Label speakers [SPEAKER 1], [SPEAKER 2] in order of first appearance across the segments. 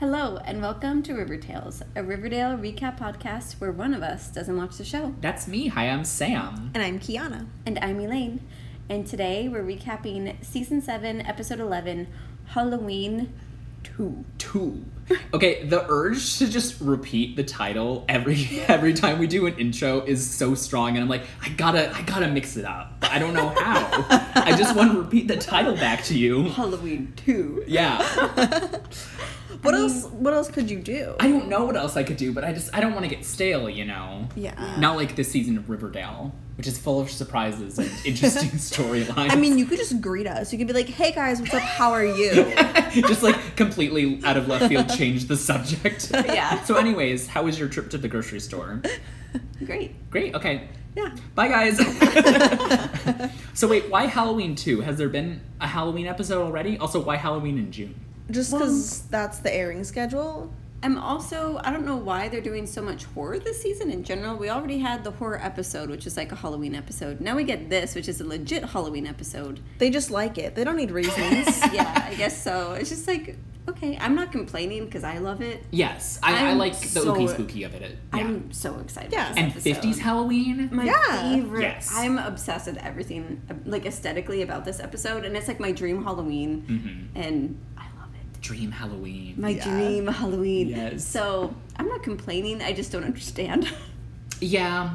[SPEAKER 1] Hello, and welcome to River Tales, a Riverdale recap podcast where one of us doesn't watch the show.
[SPEAKER 2] That's me. Hi, I'm Sam.
[SPEAKER 3] And I'm Kiana.
[SPEAKER 1] And I'm Elaine. And today we're recapping Season 7, Episode 11, Halloween 2.
[SPEAKER 2] Two. Okay, the urge to just repeat the title every every time we do an intro is so strong, and I'm like, I gotta I gotta mix it up. I don't know how. I just want to repeat the title back to you.
[SPEAKER 1] Halloween 2.
[SPEAKER 2] Yeah,
[SPEAKER 3] What else? What else could you do?
[SPEAKER 2] I don't know what else I could do, but I just I don't want to get stale, you know.
[SPEAKER 3] yeah.
[SPEAKER 2] Not like this season of Riverdale, which is full of surprises and interesting storylines.
[SPEAKER 3] I mean, you could just greet us. You could be like, "Hey guys, what's up? How are you?"
[SPEAKER 2] just like completely out of left field change the subject.
[SPEAKER 1] Yeah.
[SPEAKER 2] So anyways, how was your trip to the grocery store?
[SPEAKER 1] Great.
[SPEAKER 2] Great. Okay.
[SPEAKER 3] yeah.
[SPEAKER 2] Bye guys. so wait, why Halloween 2? Has there been a Halloween episode already? Also, why Halloween in June?
[SPEAKER 3] Just because that's the airing schedule.
[SPEAKER 1] I'm also, I don't know why they're doing so much horror this season in general. We already had the horror episode, which is like a Halloween episode. Now we get this, which is a legit Halloween episode.
[SPEAKER 3] They just like it. They don't need reasons.
[SPEAKER 1] yeah, I guess so. It's just like, okay, I'm not complaining because I love it.
[SPEAKER 2] Yes. I, I
[SPEAKER 1] I'm
[SPEAKER 2] like the
[SPEAKER 1] so-
[SPEAKER 2] ooky spooky of it. Yeah.
[SPEAKER 1] I'm so excited. for
[SPEAKER 3] Yeah.
[SPEAKER 1] this
[SPEAKER 2] and
[SPEAKER 1] episode.
[SPEAKER 2] 50s Halloween?
[SPEAKER 1] My
[SPEAKER 3] Yeah.
[SPEAKER 1] favorite.
[SPEAKER 2] Yes.
[SPEAKER 1] I'm obsessed with everything, like aesthetically about this episode, and it's like my dream Halloween,
[SPEAKER 2] Mm-hmm.
[SPEAKER 1] and I love it.
[SPEAKER 2] Dream Halloween.
[SPEAKER 1] My
[SPEAKER 3] Yeah.
[SPEAKER 1] dream Halloween.
[SPEAKER 2] Yes.
[SPEAKER 1] So I'm not complaining. I just don't understand.
[SPEAKER 2] yeah.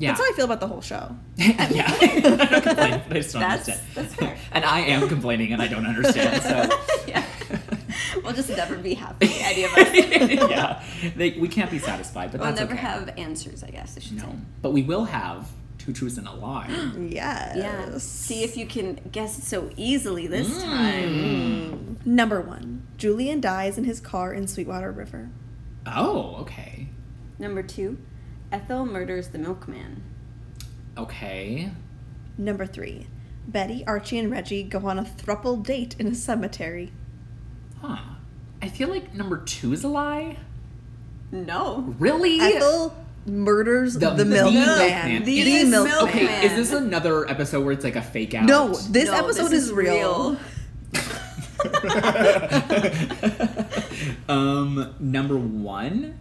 [SPEAKER 2] Yeah.
[SPEAKER 3] That's how I feel about the whole show.
[SPEAKER 2] yeah. I don't complain, but I just don't
[SPEAKER 1] That's-
[SPEAKER 2] understand.
[SPEAKER 1] that's fair.
[SPEAKER 2] and I am complaining and I don't understand, so
[SPEAKER 1] yeah. We'll just never be happy. Any of us.
[SPEAKER 2] yeah, they, we can't be satisfied, but
[SPEAKER 1] We'll
[SPEAKER 2] that's
[SPEAKER 1] never
[SPEAKER 2] okay.
[SPEAKER 1] have answers. I guess I should
[SPEAKER 2] no, but we will have two truths and a lie.
[SPEAKER 3] Yes.
[SPEAKER 1] say. Yeah. See if you can guess it so easily this
[SPEAKER 2] Mm. Hmm.
[SPEAKER 1] time.
[SPEAKER 3] Number one, Julian dies in his car in Sweetwater River.
[SPEAKER 2] oh, okay,
[SPEAKER 1] Number two, Ethel murders the milkman.
[SPEAKER 2] okay.
[SPEAKER 3] Number three, Betty, Archie, and Reggie go on a thruple date in a cemetery.
[SPEAKER 2] Huh. I feel like number two is a lie.
[SPEAKER 1] No.
[SPEAKER 2] Really?
[SPEAKER 3] Ethel murders the, milkman.
[SPEAKER 2] milkman.
[SPEAKER 1] The
[SPEAKER 2] Is
[SPEAKER 3] The
[SPEAKER 2] this-
[SPEAKER 3] milkman.
[SPEAKER 2] Okay, is this another episode where it's like a fake out?
[SPEAKER 3] No, this
[SPEAKER 1] No,
[SPEAKER 3] episode
[SPEAKER 1] this
[SPEAKER 3] is, real.
[SPEAKER 2] um, number one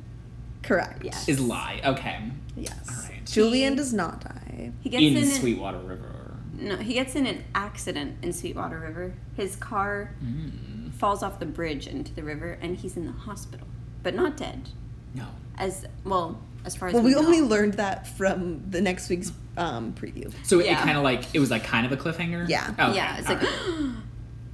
[SPEAKER 3] Correct.
[SPEAKER 1] Yeah.
[SPEAKER 2] is lie. Okay.
[SPEAKER 3] Yes.
[SPEAKER 2] All right.
[SPEAKER 3] Julian does not die.
[SPEAKER 1] He gets
[SPEAKER 2] In,
[SPEAKER 1] in, an-
[SPEAKER 2] Sweetwater River.
[SPEAKER 1] No, he gets in an accident in Sweetwater River. His car
[SPEAKER 2] Mm.
[SPEAKER 1] falls off the bridge into the river, and he's in the hospital, but not dead.
[SPEAKER 2] No.
[SPEAKER 1] As well as far as
[SPEAKER 3] Well, we
[SPEAKER 1] know.
[SPEAKER 3] only learned that from the next week's um, preview.
[SPEAKER 2] So it
[SPEAKER 1] Yeah.
[SPEAKER 2] kind of like it was like kind of a cliffhanger.
[SPEAKER 3] Yeah.
[SPEAKER 2] Okay,
[SPEAKER 1] yeah, it's
[SPEAKER 2] all
[SPEAKER 1] like
[SPEAKER 2] right.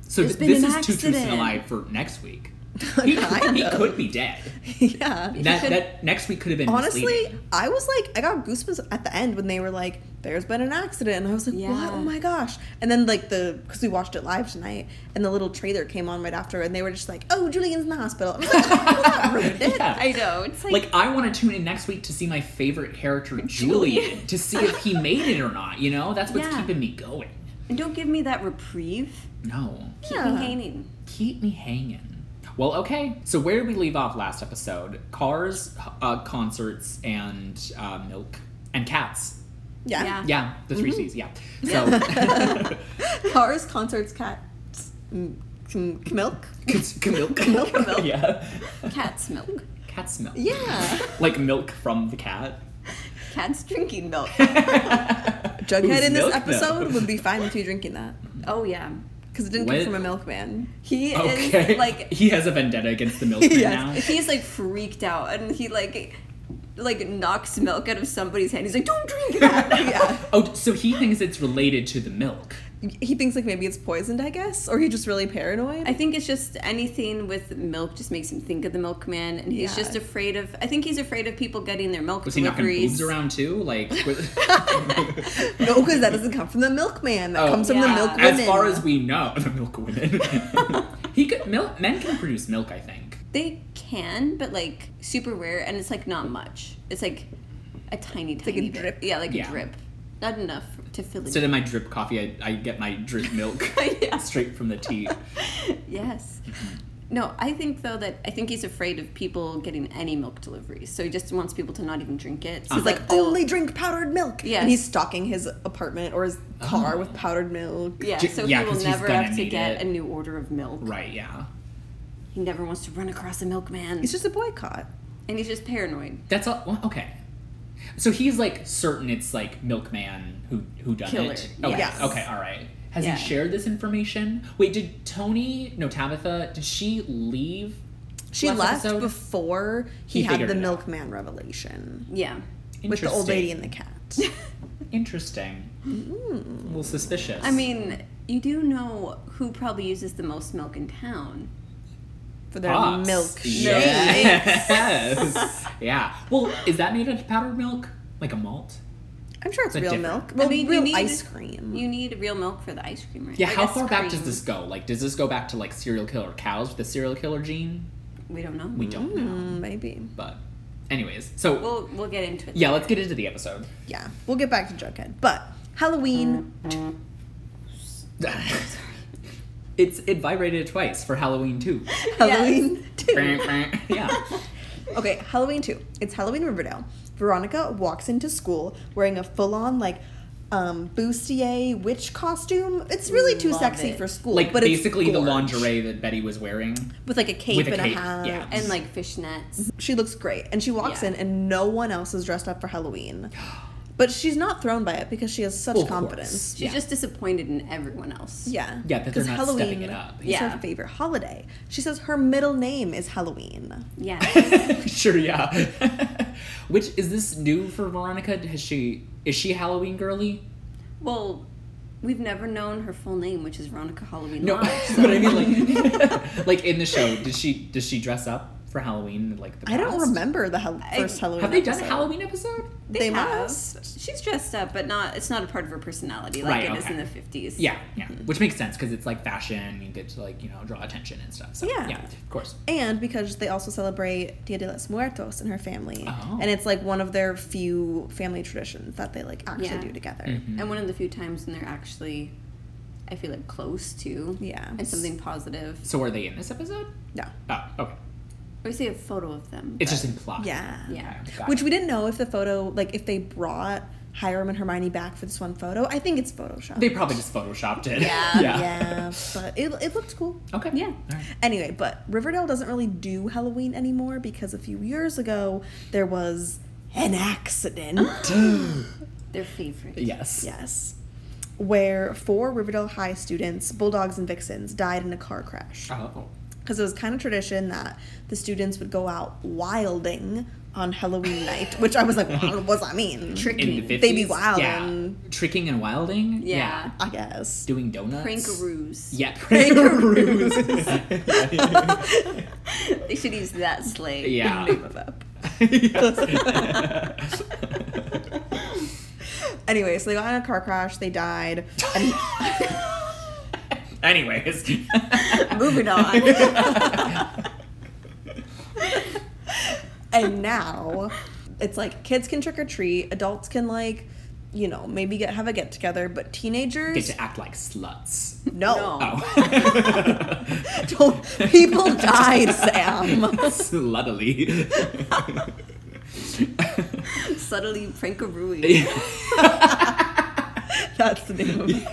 [SPEAKER 2] so
[SPEAKER 1] there's
[SPEAKER 2] th-
[SPEAKER 1] been
[SPEAKER 2] this
[SPEAKER 1] an
[SPEAKER 2] is two truths and a
[SPEAKER 1] accident.
[SPEAKER 2] lie for next week. He,
[SPEAKER 3] Kind
[SPEAKER 2] he
[SPEAKER 3] of.
[SPEAKER 2] could be dead.
[SPEAKER 3] yeah.
[SPEAKER 2] That,
[SPEAKER 1] could-
[SPEAKER 2] that next week could have been
[SPEAKER 3] Honestly,
[SPEAKER 2] misleading.
[SPEAKER 3] I was like, I got goosebumps at the end when they were like, "There's been an accident," and I was like,
[SPEAKER 1] Yeah.
[SPEAKER 3] "What? Oh my gosh!" And then like the because we watched it live tonight, and the little trailer came on right after, and they were just like, "Oh, Julian's in the hospital." I was like, "Oh, that ruined it."
[SPEAKER 2] Yeah.
[SPEAKER 1] I know it's like,
[SPEAKER 2] Like I want to tune in next week to see my favorite character Julian to see if he made it or not. You know, that's what's
[SPEAKER 1] Yeah.
[SPEAKER 2] keeping me going.
[SPEAKER 1] and don't give me that reprieve.
[SPEAKER 2] No,
[SPEAKER 1] Keep
[SPEAKER 3] Yeah.
[SPEAKER 1] me hanging.
[SPEAKER 2] keep me hanging. Well, okay. So where did we leave off last episode? Cars, h- uh, concerts, and uh, milk and cats.
[SPEAKER 3] Yeah.
[SPEAKER 2] Yeah, the
[SPEAKER 1] Mm-hmm.
[SPEAKER 2] 3 C's. Yeah. So
[SPEAKER 3] Cars, concerts, cats, mm, mm, milk.
[SPEAKER 2] It's milk.
[SPEAKER 3] Milk, milk.
[SPEAKER 2] Yeah.
[SPEAKER 1] Cat's milk.
[SPEAKER 2] Cat's milk.
[SPEAKER 3] Yeah.
[SPEAKER 2] Like milk from the cat.
[SPEAKER 1] Cat's drinking milk.
[SPEAKER 3] Jughead
[SPEAKER 2] Who's
[SPEAKER 3] in this
[SPEAKER 2] milk,
[SPEAKER 3] episode
[SPEAKER 2] though?
[SPEAKER 3] would be fine with you drinking that
[SPEAKER 1] Oh yeah,
[SPEAKER 3] because it didn't
[SPEAKER 2] What?
[SPEAKER 3] come from a milkman.
[SPEAKER 1] he
[SPEAKER 2] Okay.
[SPEAKER 1] is like
[SPEAKER 2] he has a vendetta against the milkman
[SPEAKER 3] Yes.
[SPEAKER 2] now.
[SPEAKER 1] he's like freaked out and he like like knocks milk out of somebody's hand. He's like, "Don't drink that."
[SPEAKER 3] yeah,
[SPEAKER 2] Oh, so he thinks it's related to the milk.
[SPEAKER 3] he thinks like maybe it's poisoned, I guess, or he just really paranoid.
[SPEAKER 1] I think it's just anything with milk just makes him think of the milkman, and he's
[SPEAKER 3] Yeah.
[SPEAKER 1] just afraid of. I think he's afraid of people getting their milk
[SPEAKER 2] Was he knocking
[SPEAKER 1] deliveries.
[SPEAKER 2] boobs around too? Like, with-
[SPEAKER 3] no, because that doesn't come from the milkman. That
[SPEAKER 2] Oh.
[SPEAKER 3] comes from
[SPEAKER 1] Yeah.
[SPEAKER 3] the milk women.
[SPEAKER 2] as far as we know, the milk women. he could milk. Men can produce milk, I think.
[SPEAKER 1] They can, but like super rare, and it's like not much. It's like a tiny,
[SPEAKER 3] like a
[SPEAKER 1] tiny bit.
[SPEAKER 3] drip.
[SPEAKER 1] Yeah, like
[SPEAKER 2] Yeah.
[SPEAKER 1] a drip, not enough to fill it.
[SPEAKER 2] Instead of my drip coffee, I, I get my drip milk
[SPEAKER 1] Yeah.
[SPEAKER 2] straight from the tea.
[SPEAKER 1] Yes. No, I think though that I think he's afraid of people getting any milk deliveries, so he just wants people to not even drink it.
[SPEAKER 2] Ah,
[SPEAKER 1] So
[SPEAKER 3] He's like,
[SPEAKER 1] "Oh,
[SPEAKER 3] only drink powdered milk.
[SPEAKER 1] Yes.
[SPEAKER 3] And he's stocking his apartment or his car with powdered milk.
[SPEAKER 1] yeah,
[SPEAKER 2] J-
[SPEAKER 1] so
[SPEAKER 2] Oh. yeah,
[SPEAKER 1] he will
[SPEAKER 2] 'cause he's
[SPEAKER 1] never
[SPEAKER 2] gonna
[SPEAKER 1] have to
[SPEAKER 2] need
[SPEAKER 1] get
[SPEAKER 2] it.
[SPEAKER 1] a new order of milk.
[SPEAKER 2] Right? Yeah.
[SPEAKER 1] He never wants to run across a milkman.
[SPEAKER 3] It's just a boycott.
[SPEAKER 1] and he's just paranoid.
[SPEAKER 2] That's all. well, okay. So he's like certain it's like milkman who who done
[SPEAKER 1] Killer,
[SPEAKER 2] it. Okay.
[SPEAKER 1] yes.
[SPEAKER 2] Okay. All right. Has
[SPEAKER 1] Yeah.
[SPEAKER 2] he shared this information? Wait, did Tony? No, Tabitha. Did she leave?
[SPEAKER 3] She
[SPEAKER 2] Last
[SPEAKER 3] left
[SPEAKER 2] episode?
[SPEAKER 3] before he,
[SPEAKER 2] He
[SPEAKER 3] had
[SPEAKER 2] figured
[SPEAKER 3] the
[SPEAKER 2] it out.
[SPEAKER 3] milkman revelation
[SPEAKER 1] Yeah.
[SPEAKER 3] with the old
[SPEAKER 2] Interesting.
[SPEAKER 3] lady and the cat.
[SPEAKER 2] Interesting. A little suspicious.
[SPEAKER 1] I mean, you do know who probably uses the most milk in town.
[SPEAKER 3] for their
[SPEAKER 2] Pops.
[SPEAKER 3] milk
[SPEAKER 2] Yes. yeah. Well, is that made out of powdered milk, like a malt?
[SPEAKER 3] I'm sure it's
[SPEAKER 2] But
[SPEAKER 3] real
[SPEAKER 2] different.
[SPEAKER 3] milk. Well,
[SPEAKER 1] I mean, you
[SPEAKER 3] real
[SPEAKER 1] need-
[SPEAKER 3] ice cream.
[SPEAKER 1] You need real milk for the ice cream, right?
[SPEAKER 2] Yeah.
[SPEAKER 1] Like
[SPEAKER 2] how
[SPEAKER 1] ice
[SPEAKER 2] far back does
[SPEAKER 1] cream.
[SPEAKER 2] this go? Like, does this go back to like serial killer cows with the serial killer gene?
[SPEAKER 1] We don't know.
[SPEAKER 2] We don't know.
[SPEAKER 3] Mm, maybe.
[SPEAKER 2] But, anyways, so
[SPEAKER 1] We'll we'll get into it.
[SPEAKER 2] yeah, let's get into the episode.
[SPEAKER 3] Yeah. We'll get back to Jughead. But Halloween.
[SPEAKER 1] Mm.
[SPEAKER 2] it's it vibrated twice for Halloween too.
[SPEAKER 3] Halloween 2.
[SPEAKER 2] yeah.
[SPEAKER 3] Okay, Halloween 2. It's Halloween Riverdale. Veronica walks into school wearing a full on, like, um, bustier witch costume. It's really too
[SPEAKER 1] Love
[SPEAKER 3] sexy
[SPEAKER 1] it.
[SPEAKER 3] for school.
[SPEAKER 2] Like
[SPEAKER 3] but it's
[SPEAKER 2] basically the
[SPEAKER 3] gorge.
[SPEAKER 2] lingerie that Betty was wearing.
[SPEAKER 3] With, like, a cape
[SPEAKER 2] With a
[SPEAKER 3] and
[SPEAKER 2] cape,
[SPEAKER 3] a hat.
[SPEAKER 2] yeah.
[SPEAKER 1] And like fishnets.
[SPEAKER 2] Mm-hmm.
[SPEAKER 3] She looks great. And she walks
[SPEAKER 1] Yeah.
[SPEAKER 3] in, and no one else is dressed up for Halloween. But she's not thrown by it because she has such
[SPEAKER 2] Well, of
[SPEAKER 3] confidence.
[SPEAKER 2] course.
[SPEAKER 1] She's
[SPEAKER 2] Yeah.
[SPEAKER 1] just disappointed in everyone else.
[SPEAKER 3] Yeah.
[SPEAKER 2] Yeah, that they're
[SPEAKER 3] 'Cause
[SPEAKER 2] not stepping it up.
[SPEAKER 3] Is
[SPEAKER 1] Yeah.
[SPEAKER 3] her favorite holiday. She says her middle name is Halloween.
[SPEAKER 1] Yeah.
[SPEAKER 2] sure, yeah. Which is this new for Veronica? Has she is she Halloween girly?
[SPEAKER 1] well, we've never known her full name, which is Veronica Halloween.
[SPEAKER 2] No,
[SPEAKER 1] Lodge, so-
[SPEAKER 2] but I mean like like in the show, did she does she dress up for Halloween like the
[SPEAKER 3] I don't
[SPEAKER 2] past?
[SPEAKER 3] remember the hel-
[SPEAKER 1] I-
[SPEAKER 3] first Halloween.
[SPEAKER 2] Have they done a
[SPEAKER 3] episode.
[SPEAKER 2] Halloween episode?
[SPEAKER 3] They
[SPEAKER 1] have.
[SPEAKER 3] must.
[SPEAKER 1] She's dressed up, but not. It's not a part of her personality like
[SPEAKER 2] Right,
[SPEAKER 1] it is
[SPEAKER 2] okay.
[SPEAKER 1] in the fifties.
[SPEAKER 2] Yeah, yeah. Which makes sense because it's like fashion, you get to like, you know, draw attention and stuff. So
[SPEAKER 3] Yeah.
[SPEAKER 2] yeah of course.
[SPEAKER 3] And because they also celebrate Dia de los Muertos in her family,
[SPEAKER 2] Oh.
[SPEAKER 3] and it's like one of their few family traditions that they like actually
[SPEAKER 1] Yeah.
[SPEAKER 3] do together.
[SPEAKER 2] Mm.
[SPEAKER 1] and one of the few times when they're actually, I feel like close to.
[SPEAKER 3] Yeah.
[SPEAKER 1] And something positive.
[SPEAKER 2] So are they in this episode?
[SPEAKER 3] No.
[SPEAKER 2] Oh, okay.
[SPEAKER 1] We see a photo of them.
[SPEAKER 2] It's just implied.
[SPEAKER 3] Yeah.
[SPEAKER 1] Yeah.
[SPEAKER 2] Okay, got
[SPEAKER 3] Which
[SPEAKER 2] it.
[SPEAKER 3] we didn't know if the photo, like if they brought Hiram and Hermione back for this one photo. I think it's Photoshop.
[SPEAKER 2] they probably just photoshopped it.
[SPEAKER 1] Yeah,
[SPEAKER 2] yeah.
[SPEAKER 3] yeah, but it, it looked cool.
[SPEAKER 2] Okay.
[SPEAKER 1] Yeah.
[SPEAKER 2] All right.
[SPEAKER 3] Anyway, but Riverdale doesn't really do Halloween anymore because a few years ago there was an accident.
[SPEAKER 1] their favorite.
[SPEAKER 2] Yes.
[SPEAKER 3] yes. Where four Riverdale High students, Bulldogs and Vixens, died in a car crash.
[SPEAKER 2] Oh.
[SPEAKER 3] Because it was kind of tradition that the students would go out wilding on Halloween night, which I was like, what does that mean?
[SPEAKER 1] Tricking.
[SPEAKER 2] In the 50s?
[SPEAKER 3] They be wild
[SPEAKER 2] Yeah.
[SPEAKER 3] and-
[SPEAKER 2] Tricking and wilding?
[SPEAKER 1] Yeah.
[SPEAKER 3] I guess.
[SPEAKER 2] Doing donuts?
[SPEAKER 1] Prankaroos.
[SPEAKER 2] Yeah, prankaroos.
[SPEAKER 1] They should use that slate.
[SPEAKER 2] yeah.
[SPEAKER 3] Name of it.
[SPEAKER 2] Yes.
[SPEAKER 3] Anyway, so they got in a car crash, they died.
[SPEAKER 2] Anyways.
[SPEAKER 1] Moving on.
[SPEAKER 3] and now it's like kids can trick or treat, adults can like, you know, maybe get have a get together, but
[SPEAKER 2] Get
[SPEAKER 3] teenagers
[SPEAKER 2] to act like sluts.
[SPEAKER 3] no.
[SPEAKER 1] No.
[SPEAKER 2] Oh.
[SPEAKER 3] Don't- people died, Sam.
[SPEAKER 2] Sluttily.
[SPEAKER 1] Subtly prankarooing.
[SPEAKER 3] That's the name of it.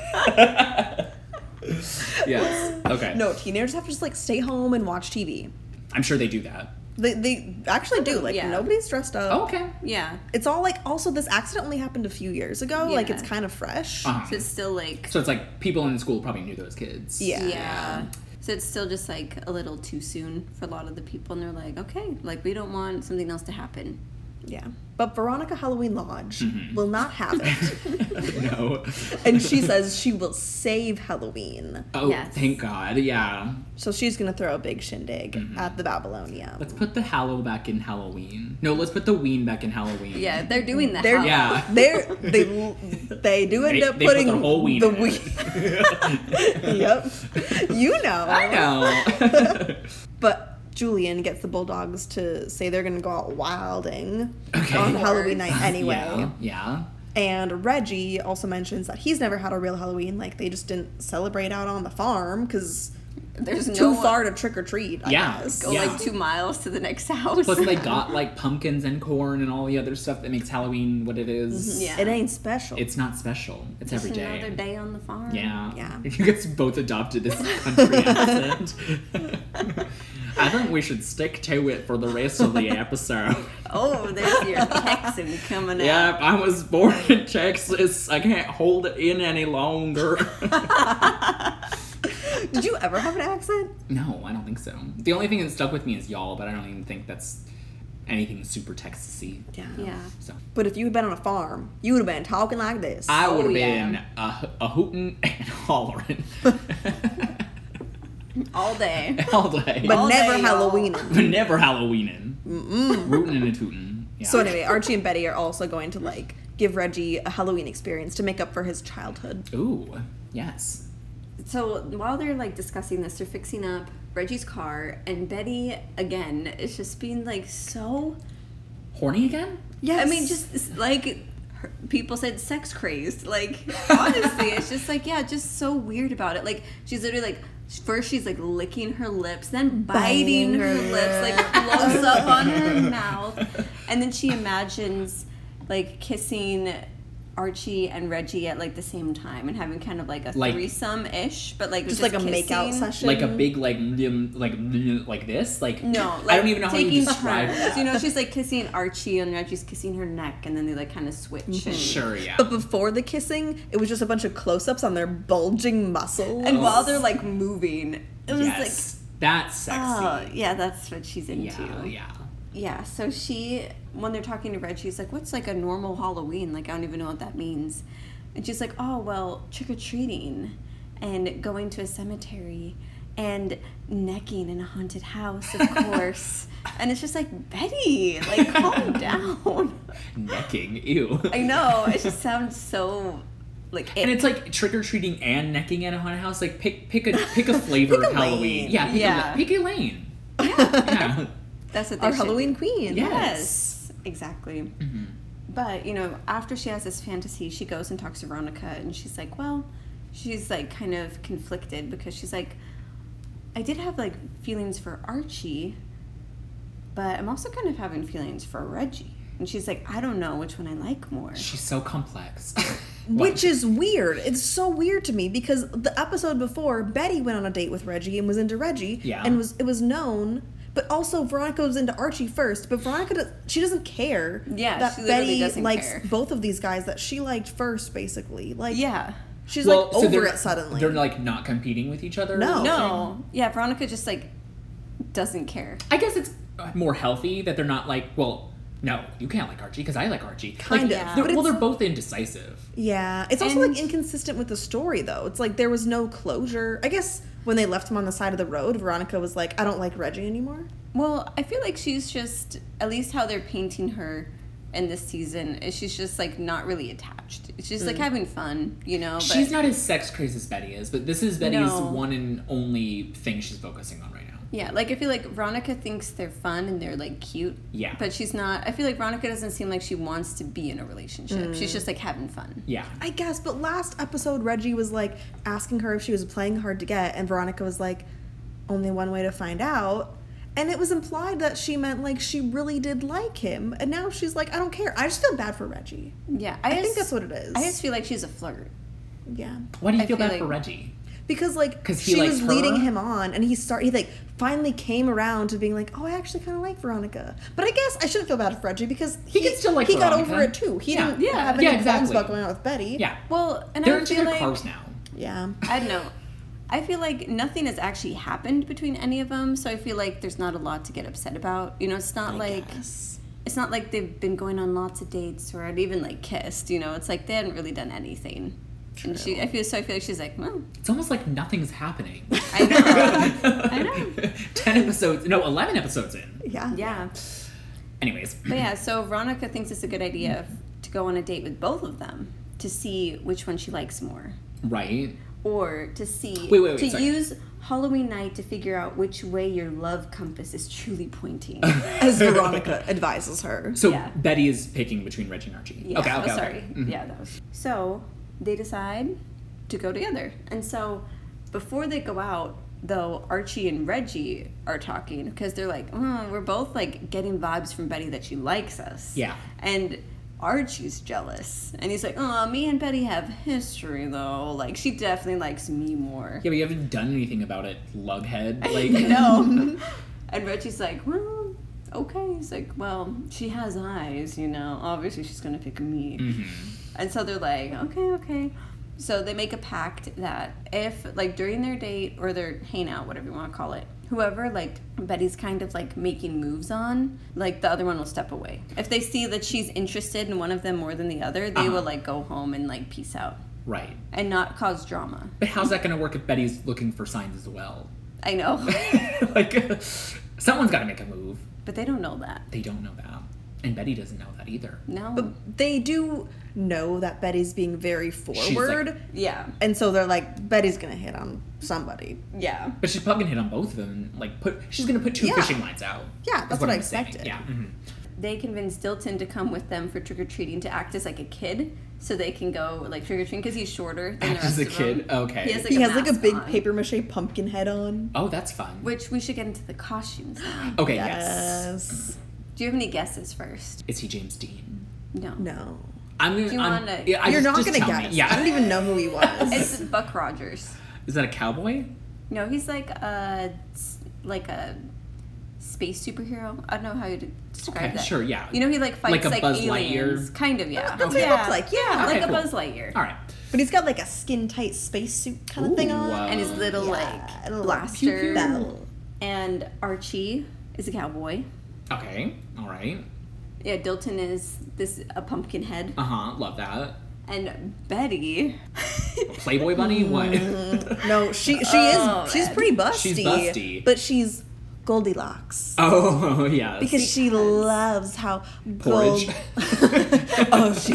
[SPEAKER 2] yes. Okay.
[SPEAKER 3] No, teenagers have to just like stay home and watch TV.
[SPEAKER 2] I'm sure they do that. Oh,
[SPEAKER 3] They, they actually do. Like
[SPEAKER 1] Yeah.
[SPEAKER 3] nobody's dressed up.
[SPEAKER 2] okay.
[SPEAKER 1] Yeah.
[SPEAKER 3] It's all like also this accident only happened a few years ago. Like
[SPEAKER 1] Yeah.
[SPEAKER 3] it's kind of fresh.
[SPEAKER 2] Uh-huh.
[SPEAKER 1] So it's still like
[SPEAKER 2] So it's like people in school probably knew those kids.
[SPEAKER 3] Yeah.
[SPEAKER 1] yeah. So it's still just like a little too soon for a lot of the people, and they're like, okay, like we don't want something else to happen.
[SPEAKER 3] Yeah. But Veronica Halloween Lodge
[SPEAKER 2] Mm-hmm.
[SPEAKER 3] will not have it.
[SPEAKER 2] no.
[SPEAKER 3] and she says she will save Halloween.
[SPEAKER 2] Oh,
[SPEAKER 1] Yes.
[SPEAKER 2] thank God. Yeah.
[SPEAKER 3] So she's gonna throw a big shindig
[SPEAKER 2] Mm-hmm.
[SPEAKER 3] at the Babylonium.
[SPEAKER 2] Let's put the Hallow back in Halloween. No, let's put the Ween back in Halloween.
[SPEAKER 1] Yeah, they're doing that.
[SPEAKER 3] They're,
[SPEAKER 2] Yeah.
[SPEAKER 3] they're they they do
[SPEAKER 2] They-
[SPEAKER 3] end up
[SPEAKER 2] they put
[SPEAKER 3] putting
[SPEAKER 2] their whole ween
[SPEAKER 3] the
[SPEAKER 2] in it.
[SPEAKER 3] ween. yep, you know.
[SPEAKER 2] I know.
[SPEAKER 3] But Julian gets the Bulldogs to say they're gonna go out wilding
[SPEAKER 2] Okay.
[SPEAKER 3] on
[SPEAKER 1] Of
[SPEAKER 3] Halloween
[SPEAKER 1] course.
[SPEAKER 3] night anyway.
[SPEAKER 2] Yeah. Yeah.
[SPEAKER 3] And Reggie also mentions that he's never had a real Halloween. Like they just didn't celebrate out on the farm because
[SPEAKER 1] There's no
[SPEAKER 3] too
[SPEAKER 1] one-
[SPEAKER 3] far to trick or treat. I
[SPEAKER 2] Yeah.
[SPEAKER 3] guess.
[SPEAKER 1] Go
[SPEAKER 2] Yeah.
[SPEAKER 1] like two miles to the next house.
[SPEAKER 2] Plus, they got like pumpkins and corn and all the other stuff that makes Halloween what it is.
[SPEAKER 1] Mhm. Yeah.
[SPEAKER 3] It ain't special.
[SPEAKER 2] It's not special. It's
[SPEAKER 1] Just
[SPEAKER 2] every day.
[SPEAKER 1] another day on the farm.
[SPEAKER 2] Yeah.
[SPEAKER 3] Yeah.
[SPEAKER 2] You guys both adopted this country accent. I think we should stick to it for the rest of the episode.
[SPEAKER 1] Oh, there's your Texan coming
[SPEAKER 2] Yeah,
[SPEAKER 1] out.
[SPEAKER 2] I was born in Texas. I can't hold it in any longer.
[SPEAKER 3] Did you ever have an accent?
[SPEAKER 2] no, I don't think so. The only thing that stuck with me is y'all, but I don't even think that's anything super Texasy.
[SPEAKER 3] Yeah.
[SPEAKER 1] Yeah.
[SPEAKER 2] So
[SPEAKER 3] But if you had been on a farm, you would have been talking like this.
[SPEAKER 2] I
[SPEAKER 1] Oh,
[SPEAKER 2] would have
[SPEAKER 1] yeah.
[SPEAKER 2] been a, a hootin' and hollering
[SPEAKER 1] All day.
[SPEAKER 2] all day,
[SPEAKER 3] but
[SPEAKER 1] all
[SPEAKER 3] never
[SPEAKER 1] day, y'all.
[SPEAKER 3] Halloween.
[SPEAKER 2] but never Halloweening, rootin' and a tootin'. Yeah.
[SPEAKER 3] So anyway, Archie and Betty are also going to like give Reggie a Halloween experience to make up for his childhood.
[SPEAKER 2] ooh, yes.
[SPEAKER 1] So while they're like discussing this, they're fixing up Reggie's car, and Betty again is just being like so.
[SPEAKER 2] Horny again?
[SPEAKER 3] Yes.
[SPEAKER 1] I mean, just s- like her, people said, sex crazed. Like honestly, it's just like yeah, just so weird about it. Like she's literally like. First, she's like licking her lips, then biting,
[SPEAKER 3] Biting
[SPEAKER 1] her,
[SPEAKER 3] her
[SPEAKER 1] lips, like close up on her mouth, and then she imagines like kissing Archie and Reggie at like the same time and having kind of like a
[SPEAKER 2] Like-
[SPEAKER 1] threesome ish, but like
[SPEAKER 3] just, like a makeout
[SPEAKER 1] kissing.
[SPEAKER 3] session.
[SPEAKER 2] Like a big like mm, like mm, like this like
[SPEAKER 1] No,
[SPEAKER 2] I don't even know how
[SPEAKER 1] taking
[SPEAKER 2] you describe
[SPEAKER 1] turns.
[SPEAKER 2] that.
[SPEAKER 1] You know, she's like kissing Archie, and Reggie's kissing her neck, and then they like kind of switch.
[SPEAKER 3] Mm-hmm.
[SPEAKER 1] And,
[SPEAKER 2] Sure, yeah.
[SPEAKER 3] But before the kissing, it was just a bunch of close-ups on their bulging muscles.
[SPEAKER 1] And while they're like moving, it was like,
[SPEAKER 2] yes, that's sexy.
[SPEAKER 1] oh yeah, that's what she's into.
[SPEAKER 2] yeah, yeah.
[SPEAKER 1] Yeah, So she, when they're talking to Reggie, she's like, "What's like a normal Halloween? Like I don't even know what that means." And she's like, "Oh well, trick or treating, and going to a cemetery." And necking in a haunted house, of course. and it's just like, Betty, like, calm down.
[SPEAKER 2] Necking, ew.
[SPEAKER 1] I know. It just sounds so like it.
[SPEAKER 2] And it's like trick or treating and necking at a haunted house. Like pick pick a pick a flavor
[SPEAKER 3] Pick a
[SPEAKER 2] of Halloween.
[SPEAKER 3] lane.
[SPEAKER 2] Yeah, pick
[SPEAKER 1] Yeah.
[SPEAKER 2] a pick a lane. yeah.
[SPEAKER 1] that's what they
[SPEAKER 3] our
[SPEAKER 1] should
[SPEAKER 3] Halloween queen.
[SPEAKER 1] do.
[SPEAKER 2] Yeah.
[SPEAKER 1] Yes, exactly. But you know, after she has this fantasy, she goes and talks to Veronica, and she's like, "Well, she's like kind of conflicted because she's like, I did have like feelings for Archie, but I'm also kind of having feelings for Reggie." And she's like, "I don't know which one I like more."
[SPEAKER 2] She's so complex.
[SPEAKER 3] Which is weird. It's so weird to me because the episode before, Betty went on a date with Reggie and was into Reggie,
[SPEAKER 2] Yeah.
[SPEAKER 3] and was it was known. But also, Veronica was into Archie first. But Veronica, does, she doesn't care.
[SPEAKER 1] Yeah,
[SPEAKER 3] that
[SPEAKER 1] she literally
[SPEAKER 3] Betty
[SPEAKER 1] doesn't
[SPEAKER 3] likes
[SPEAKER 1] care.
[SPEAKER 3] both of these guys that she liked first, basically. Like,
[SPEAKER 1] Yeah.
[SPEAKER 3] she's
[SPEAKER 2] Well,
[SPEAKER 3] like
[SPEAKER 2] so
[SPEAKER 3] over
[SPEAKER 2] they're-
[SPEAKER 3] it suddenly.
[SPEAKER 2] They're like not competing with each other.
[SPEAKER 3] No.
[SPEAKER 1] No. Yeah, Veronica just like doesn't care.
[SPEAKER 2] I guess it's more healthy that they're not like, well, no, you can't like Archie because I like Archie. like,
[SPEAKER 3] Kind of,
[SPEAKER 2] they're-
[SPEAKER 3] but
[SPEAKER 2] well,
[SPEAKER 3] it's-
[SPEAKER 2] they're both indecisive.
[SPEAKER 3] yeah, it's also
[SPEAKER 1] And-
[SPEAKER 3] like inconsistent with the story, though. It's like there was no closure. I guess when they left him on the side of the road, Veronica was like, "I don't like Reggie anymore."
[SPEAKER 1] Well, I feel like she's just at least how they're painting her in this season is she's just like not really attached. She's
[SPEAKER 3] Mm.
[SPEAKER 1] like having fun, you know. But
[SPEAKER 2] She's not as sex crazed as Betty is, but this is Betty's
[SPEAKER 1] No.
[SPEAKER 2] one and only thing she's focusing on right now.
[SPEAKER 1] Yeah, like I feel like Veronica thinks they're fun and they're like cute.
[SPEAKER 2] Yeah.
[SPEAKER 1] But she's not. I feel like Veronica doesn't seem like she wants to be in a relationship.
[SPEAKER 3] Mm.
[SPEAKER 1] She's just like having fun.
[SPEAKER 2] Yeah.
[SPEAKER 3] I guess, but last episode, Reggie was like asking her if she was playing hard to get, and Veronica was like, only one way to find out. And it was implied that she meant like she really did like him, and now she's like, I don't care. I just feel bad for Reggie.
[SPEAKER 1] Yeah, I,
[SPEAKER 3] I think
[SPEAKER 1] just-
[SPEAKER 3] that's what it is.
[SPEAKER 1] I just feel like she's a flirt.
[SPEAKER 3] Yeah,
[SPEAKER 2] Why do you
[SPEAKER 1] I
[SPEAKER 2] feel
[SPEAKER 1] feel
[SPEAKER 2] bad for
[SPEAKER 1] like-
[SPEAKER 2] Reggie?
[SPEAKER 3] because like
[SPEAKER 2] 'Cause he
[SPEAKER 3] she
[SPEAKER 2] likes
[SPEAKER 3] was leading
[SPEAKER 2] her?
[SPEAKER 3] him on, and he start he like finally came around to being like, oh, I actually kind of like Veronica. But I guess I shouldn't feel bad for Reggie because
[SPEAKER 2] He can still like
[SPEAKER 3] he got
[SPEAKER 2] Veronica.
[SPEAKER 3] over it too. He
[SPEAKER 2] Yeah.
[SPEAKER 3] didn't
[SPEAKER 1] Yeah.
[SPEAKER 3] have any
[SPEAKER 2] Yeah,
[SPEAKER 3] qualms
[SPEAKER 2] exactly.
[SPEAKER 3] about going out with Betty.
[SPEAKER 2] Yeah.
[SPEAKER 1] Well, and
[SPEAKER 2] They're
[SPEAKER 1] I
[SPEAKER 2] into
[SPEAKER 1] feel
[SPEAKER 2] their
[SPEAKER 1] like
[SPEAKER 2] cars now.
[SPEAKER 3] yeah.
[SPEAKER 1] I don't know. I feel like nothing has actually happened between any of them, so I feel like there's not a lot to get upset about. You know, it's not like
[SPEAKER 3] guess.
[SPEAKER 1] it's not like they've been going on lots of dates or had even like kissed. You know, it's like they hadn't really done anything. And she, I feel so. I feel like she's like, well,
[SPEAKER 2] It's almost like nothing's happening.
[SPEAKER 1] I know,
[SPEAKER 2] I
[SPEAKER 1] know.
[SPEAKER 2] Ten episodes, no, eleven episodes in.
[SPEAKER 3] Yeah.
[SPEAKER 1] yeah.
[SPEAKER 2] Anyways,
[SPEAKER 1] But yeah, so Veronica thinks it's a good idea f- to go on a date with both of them to see which one she likes more,
[SPEAKER 2] right?
[SPEAKER 1] or to see
[SPEAKER 2] Wait, wait, wait,
[SPEAKER 1] to
[SPEAKER 2] sorry.
[SPEAKER 1] use Halloween night to figure out which way your love compass is truly pointing.
[SPEAKER 3] As Veronica advises her.
[SPEAKER 2] So
[SPEAKER 1] Yeah.
[SPEAKER 2] Betty is picking between Reggie and Archie.
[SPEAKER 1] Yeah.
[SPEAKER 2] Okay, Mm-hmm. okay,
[SPEAKER 1] oh,
[SPEAKER 2] okay.
[SPEAKER 1] sorry. Yeah, that was. So they decide to go together, and so before they go out, though, Archie and Reggie are talking because they're like, "Oh, we're both like getting vibes from Betty that she likes us.
[SPEAKER 2] Yeah.
[SPEAKER 1] and. Archie's jealous, and he's like, "Oh, me and Betty have history, though. Like, she definitely likes me more."
[SPEAKER 2] Yeah, but you haven't done anything about it, lughead. Like,
[SPEAKER 1] No, And Reggie's like, well, okay. He's like, well, she has eyes, you know. Obviously, she's going to pick me.
[SPEAKER 2] Mm-hmm.
[SPEAKER 1] And so they're like, okay, okay. So they make a pact that if, like, during their date or their hangout, whatever you want to call it, whoever, like, Betty's kind of, like, making moves on, like, the other one will step away. If they see that she's interested in one of them more than the other, they
[SPEAKER 2] Uh-huh.
[SPEAKER 1] will, like, go home and, like, peace out
[SPEAKER 2] Right.
[SPEAKER 1] and not cause drama.
[SPEAKER 2] But how's that going to work if Betty's looking for signs as well?
[SPEAKER 1] I know.
[SPEAKER 2] like, someone's got to make a move.
[SPEAKER 1] but they don't know that.
[SPEAKER 2] They don't know that. And Betty doesn't know that either.
[SPEAKER 1] No.
[SPEAKER 3] But they do know that Betty's being very forward,
[SPEAKER 1] yeah.
[SPEAKER 3] and so they're like, Betty's gonna hit on somebody.
[SPEAKER 1] Yeah.
[SPEAKER 2] But she's probably going to hit on both of them. and, Like, put she's going to put two
[SPEAKER 3] Yeah.
[SPEAKER 2] fishing lines out.
[SPEAKER 3] Yeah,
[SPEAKER 2] is
[SPEAKER 3] that's what I
[SPEAKER 2] I'm saying.
[SPEAKER 3] expected.
[SPEAKER 2] Yeah. mhm.
[SPEAKER 1] They convince Dilton to come with them for trick or treating to act as like a kid, so they can go like trick or treating because he's shorter than
[SPEAKER 2] Act
[SPEAKER 1] the rest
[SPEAKER 2] as a
[SPEAKER 1] of
[SPEAKER 2] kid?
[SPEAKER 1] them.
[SPEAKER 2] Okay.
[SPEAKER 1] He has like
[SPEAKER 3] he
[SPEAKER 1] a
[SPEAKER 3] has like a
[SPEAKER 1] mask
[SPEAKER 3] big
[SPEAKER 1] on,
[SPEAKER 3] paper mache pumpkin head on.
[SPEAKER 2] Oh, that's fun.
[SPEAKER 1] Which we should get into the costumes. now.
[SPEAKER 2] Okay, yes.
[SPEAKER 3] Yes.
[SPEAKER 1] Do you have any guesses first?
[SPEAKER 2] Is he James Dean?
[SPEAKER 1] No.
[SPEAKER 3] No.
[SPEAKER 2] I'm gonna.
[SPEAKER 1] Do you
[SPEAKER 2] I'm-
[SPEAKER 1] wanna-
[SPEAKER 2] yeah, I
[SPEAKER 3] You're
[SPEAKER 2] just-
[SPEAKER 3] not
[SPEAKER 2] just
[SPEAKER 3] gonna
[SPEAKER 2] tell me.
[SPEAKER 3] guess.
[SPEAKER 2] Yeah.
[SPEAKER 3] I don't even know who he was.
[SPEAKER 1] It's Buck Rogers.
[SPEAKER 2] Is that a cowboy?
[SPEAKER 1] No, he's like a like a space superhero. I don't know how you describe
[SPEAKER 2] Okay,
[SPEAKER 1] that.
[SPEAKER 2] sure, yeah.
[SPEAKER 1] You know he like fights
[SPEAKER 2] Like
[SPEAKER 1] like,
[SPEAKER 2] a Buzz
[SPEAKER 1] aliens,
[SPEAKER 2] Lightyear?
[SPEAKER 1] kind of. Yeah.
[SPEAKER 3] That's what he
[SPEAKER 1] yeah.
[SPEAKER 3] looks like, yeah.
[SPEAKER 1] Like
[SPEAKER 2] Okay,
[SPEAKER 1] a
[SPEAKER 2] cool.
[SPEAKER 1] Buzz Lightyear.
[SPEAKER 2] All right.
[SPEAKER 3] But he's got like a skin tight spacesuit kind of thing
[SPEAKER 2] Ooh,
[SPEAKER 3] on.
[SPEAKER 2] wow.
[SPEAKER 1] And his little
[SPEAKER 3] Yeah,
[SPEAKER 1] like
[SPEAKER 3] little
[SPEAKER 1] blaster.
[SPEAKER 3] bell.
[SPEAKER 1] and Archie is a cowboy.
[SPEAKER 2] Okay. All right.
[SPEAKER 1] Yeah, Dilton is this a pumpkin head,
[SPEAKER 2] Uh huh. Love that.
[SPEAKER 1] and Betty.
[SPEAKER 2] Playboy bunny.
[SPEAKER 1] Mm.
[SPEAKER 2] What?
[SPEAKER 3] No, she she
[SPEAKER 1] Oh,
[SPEAKER 3] is she's
[SPEAKER 1] man.
[SPEAKER 3] pretty busty.
[SPEAKER 2] She's busty.
[SPEAKER 3] But she's Goldilocks.
[SPEAKER 2] oh yeah.
[SPEAKER 3] Because she loves how
[SPEAKER 2] Porridge.
[SPEAKER 3] oh, she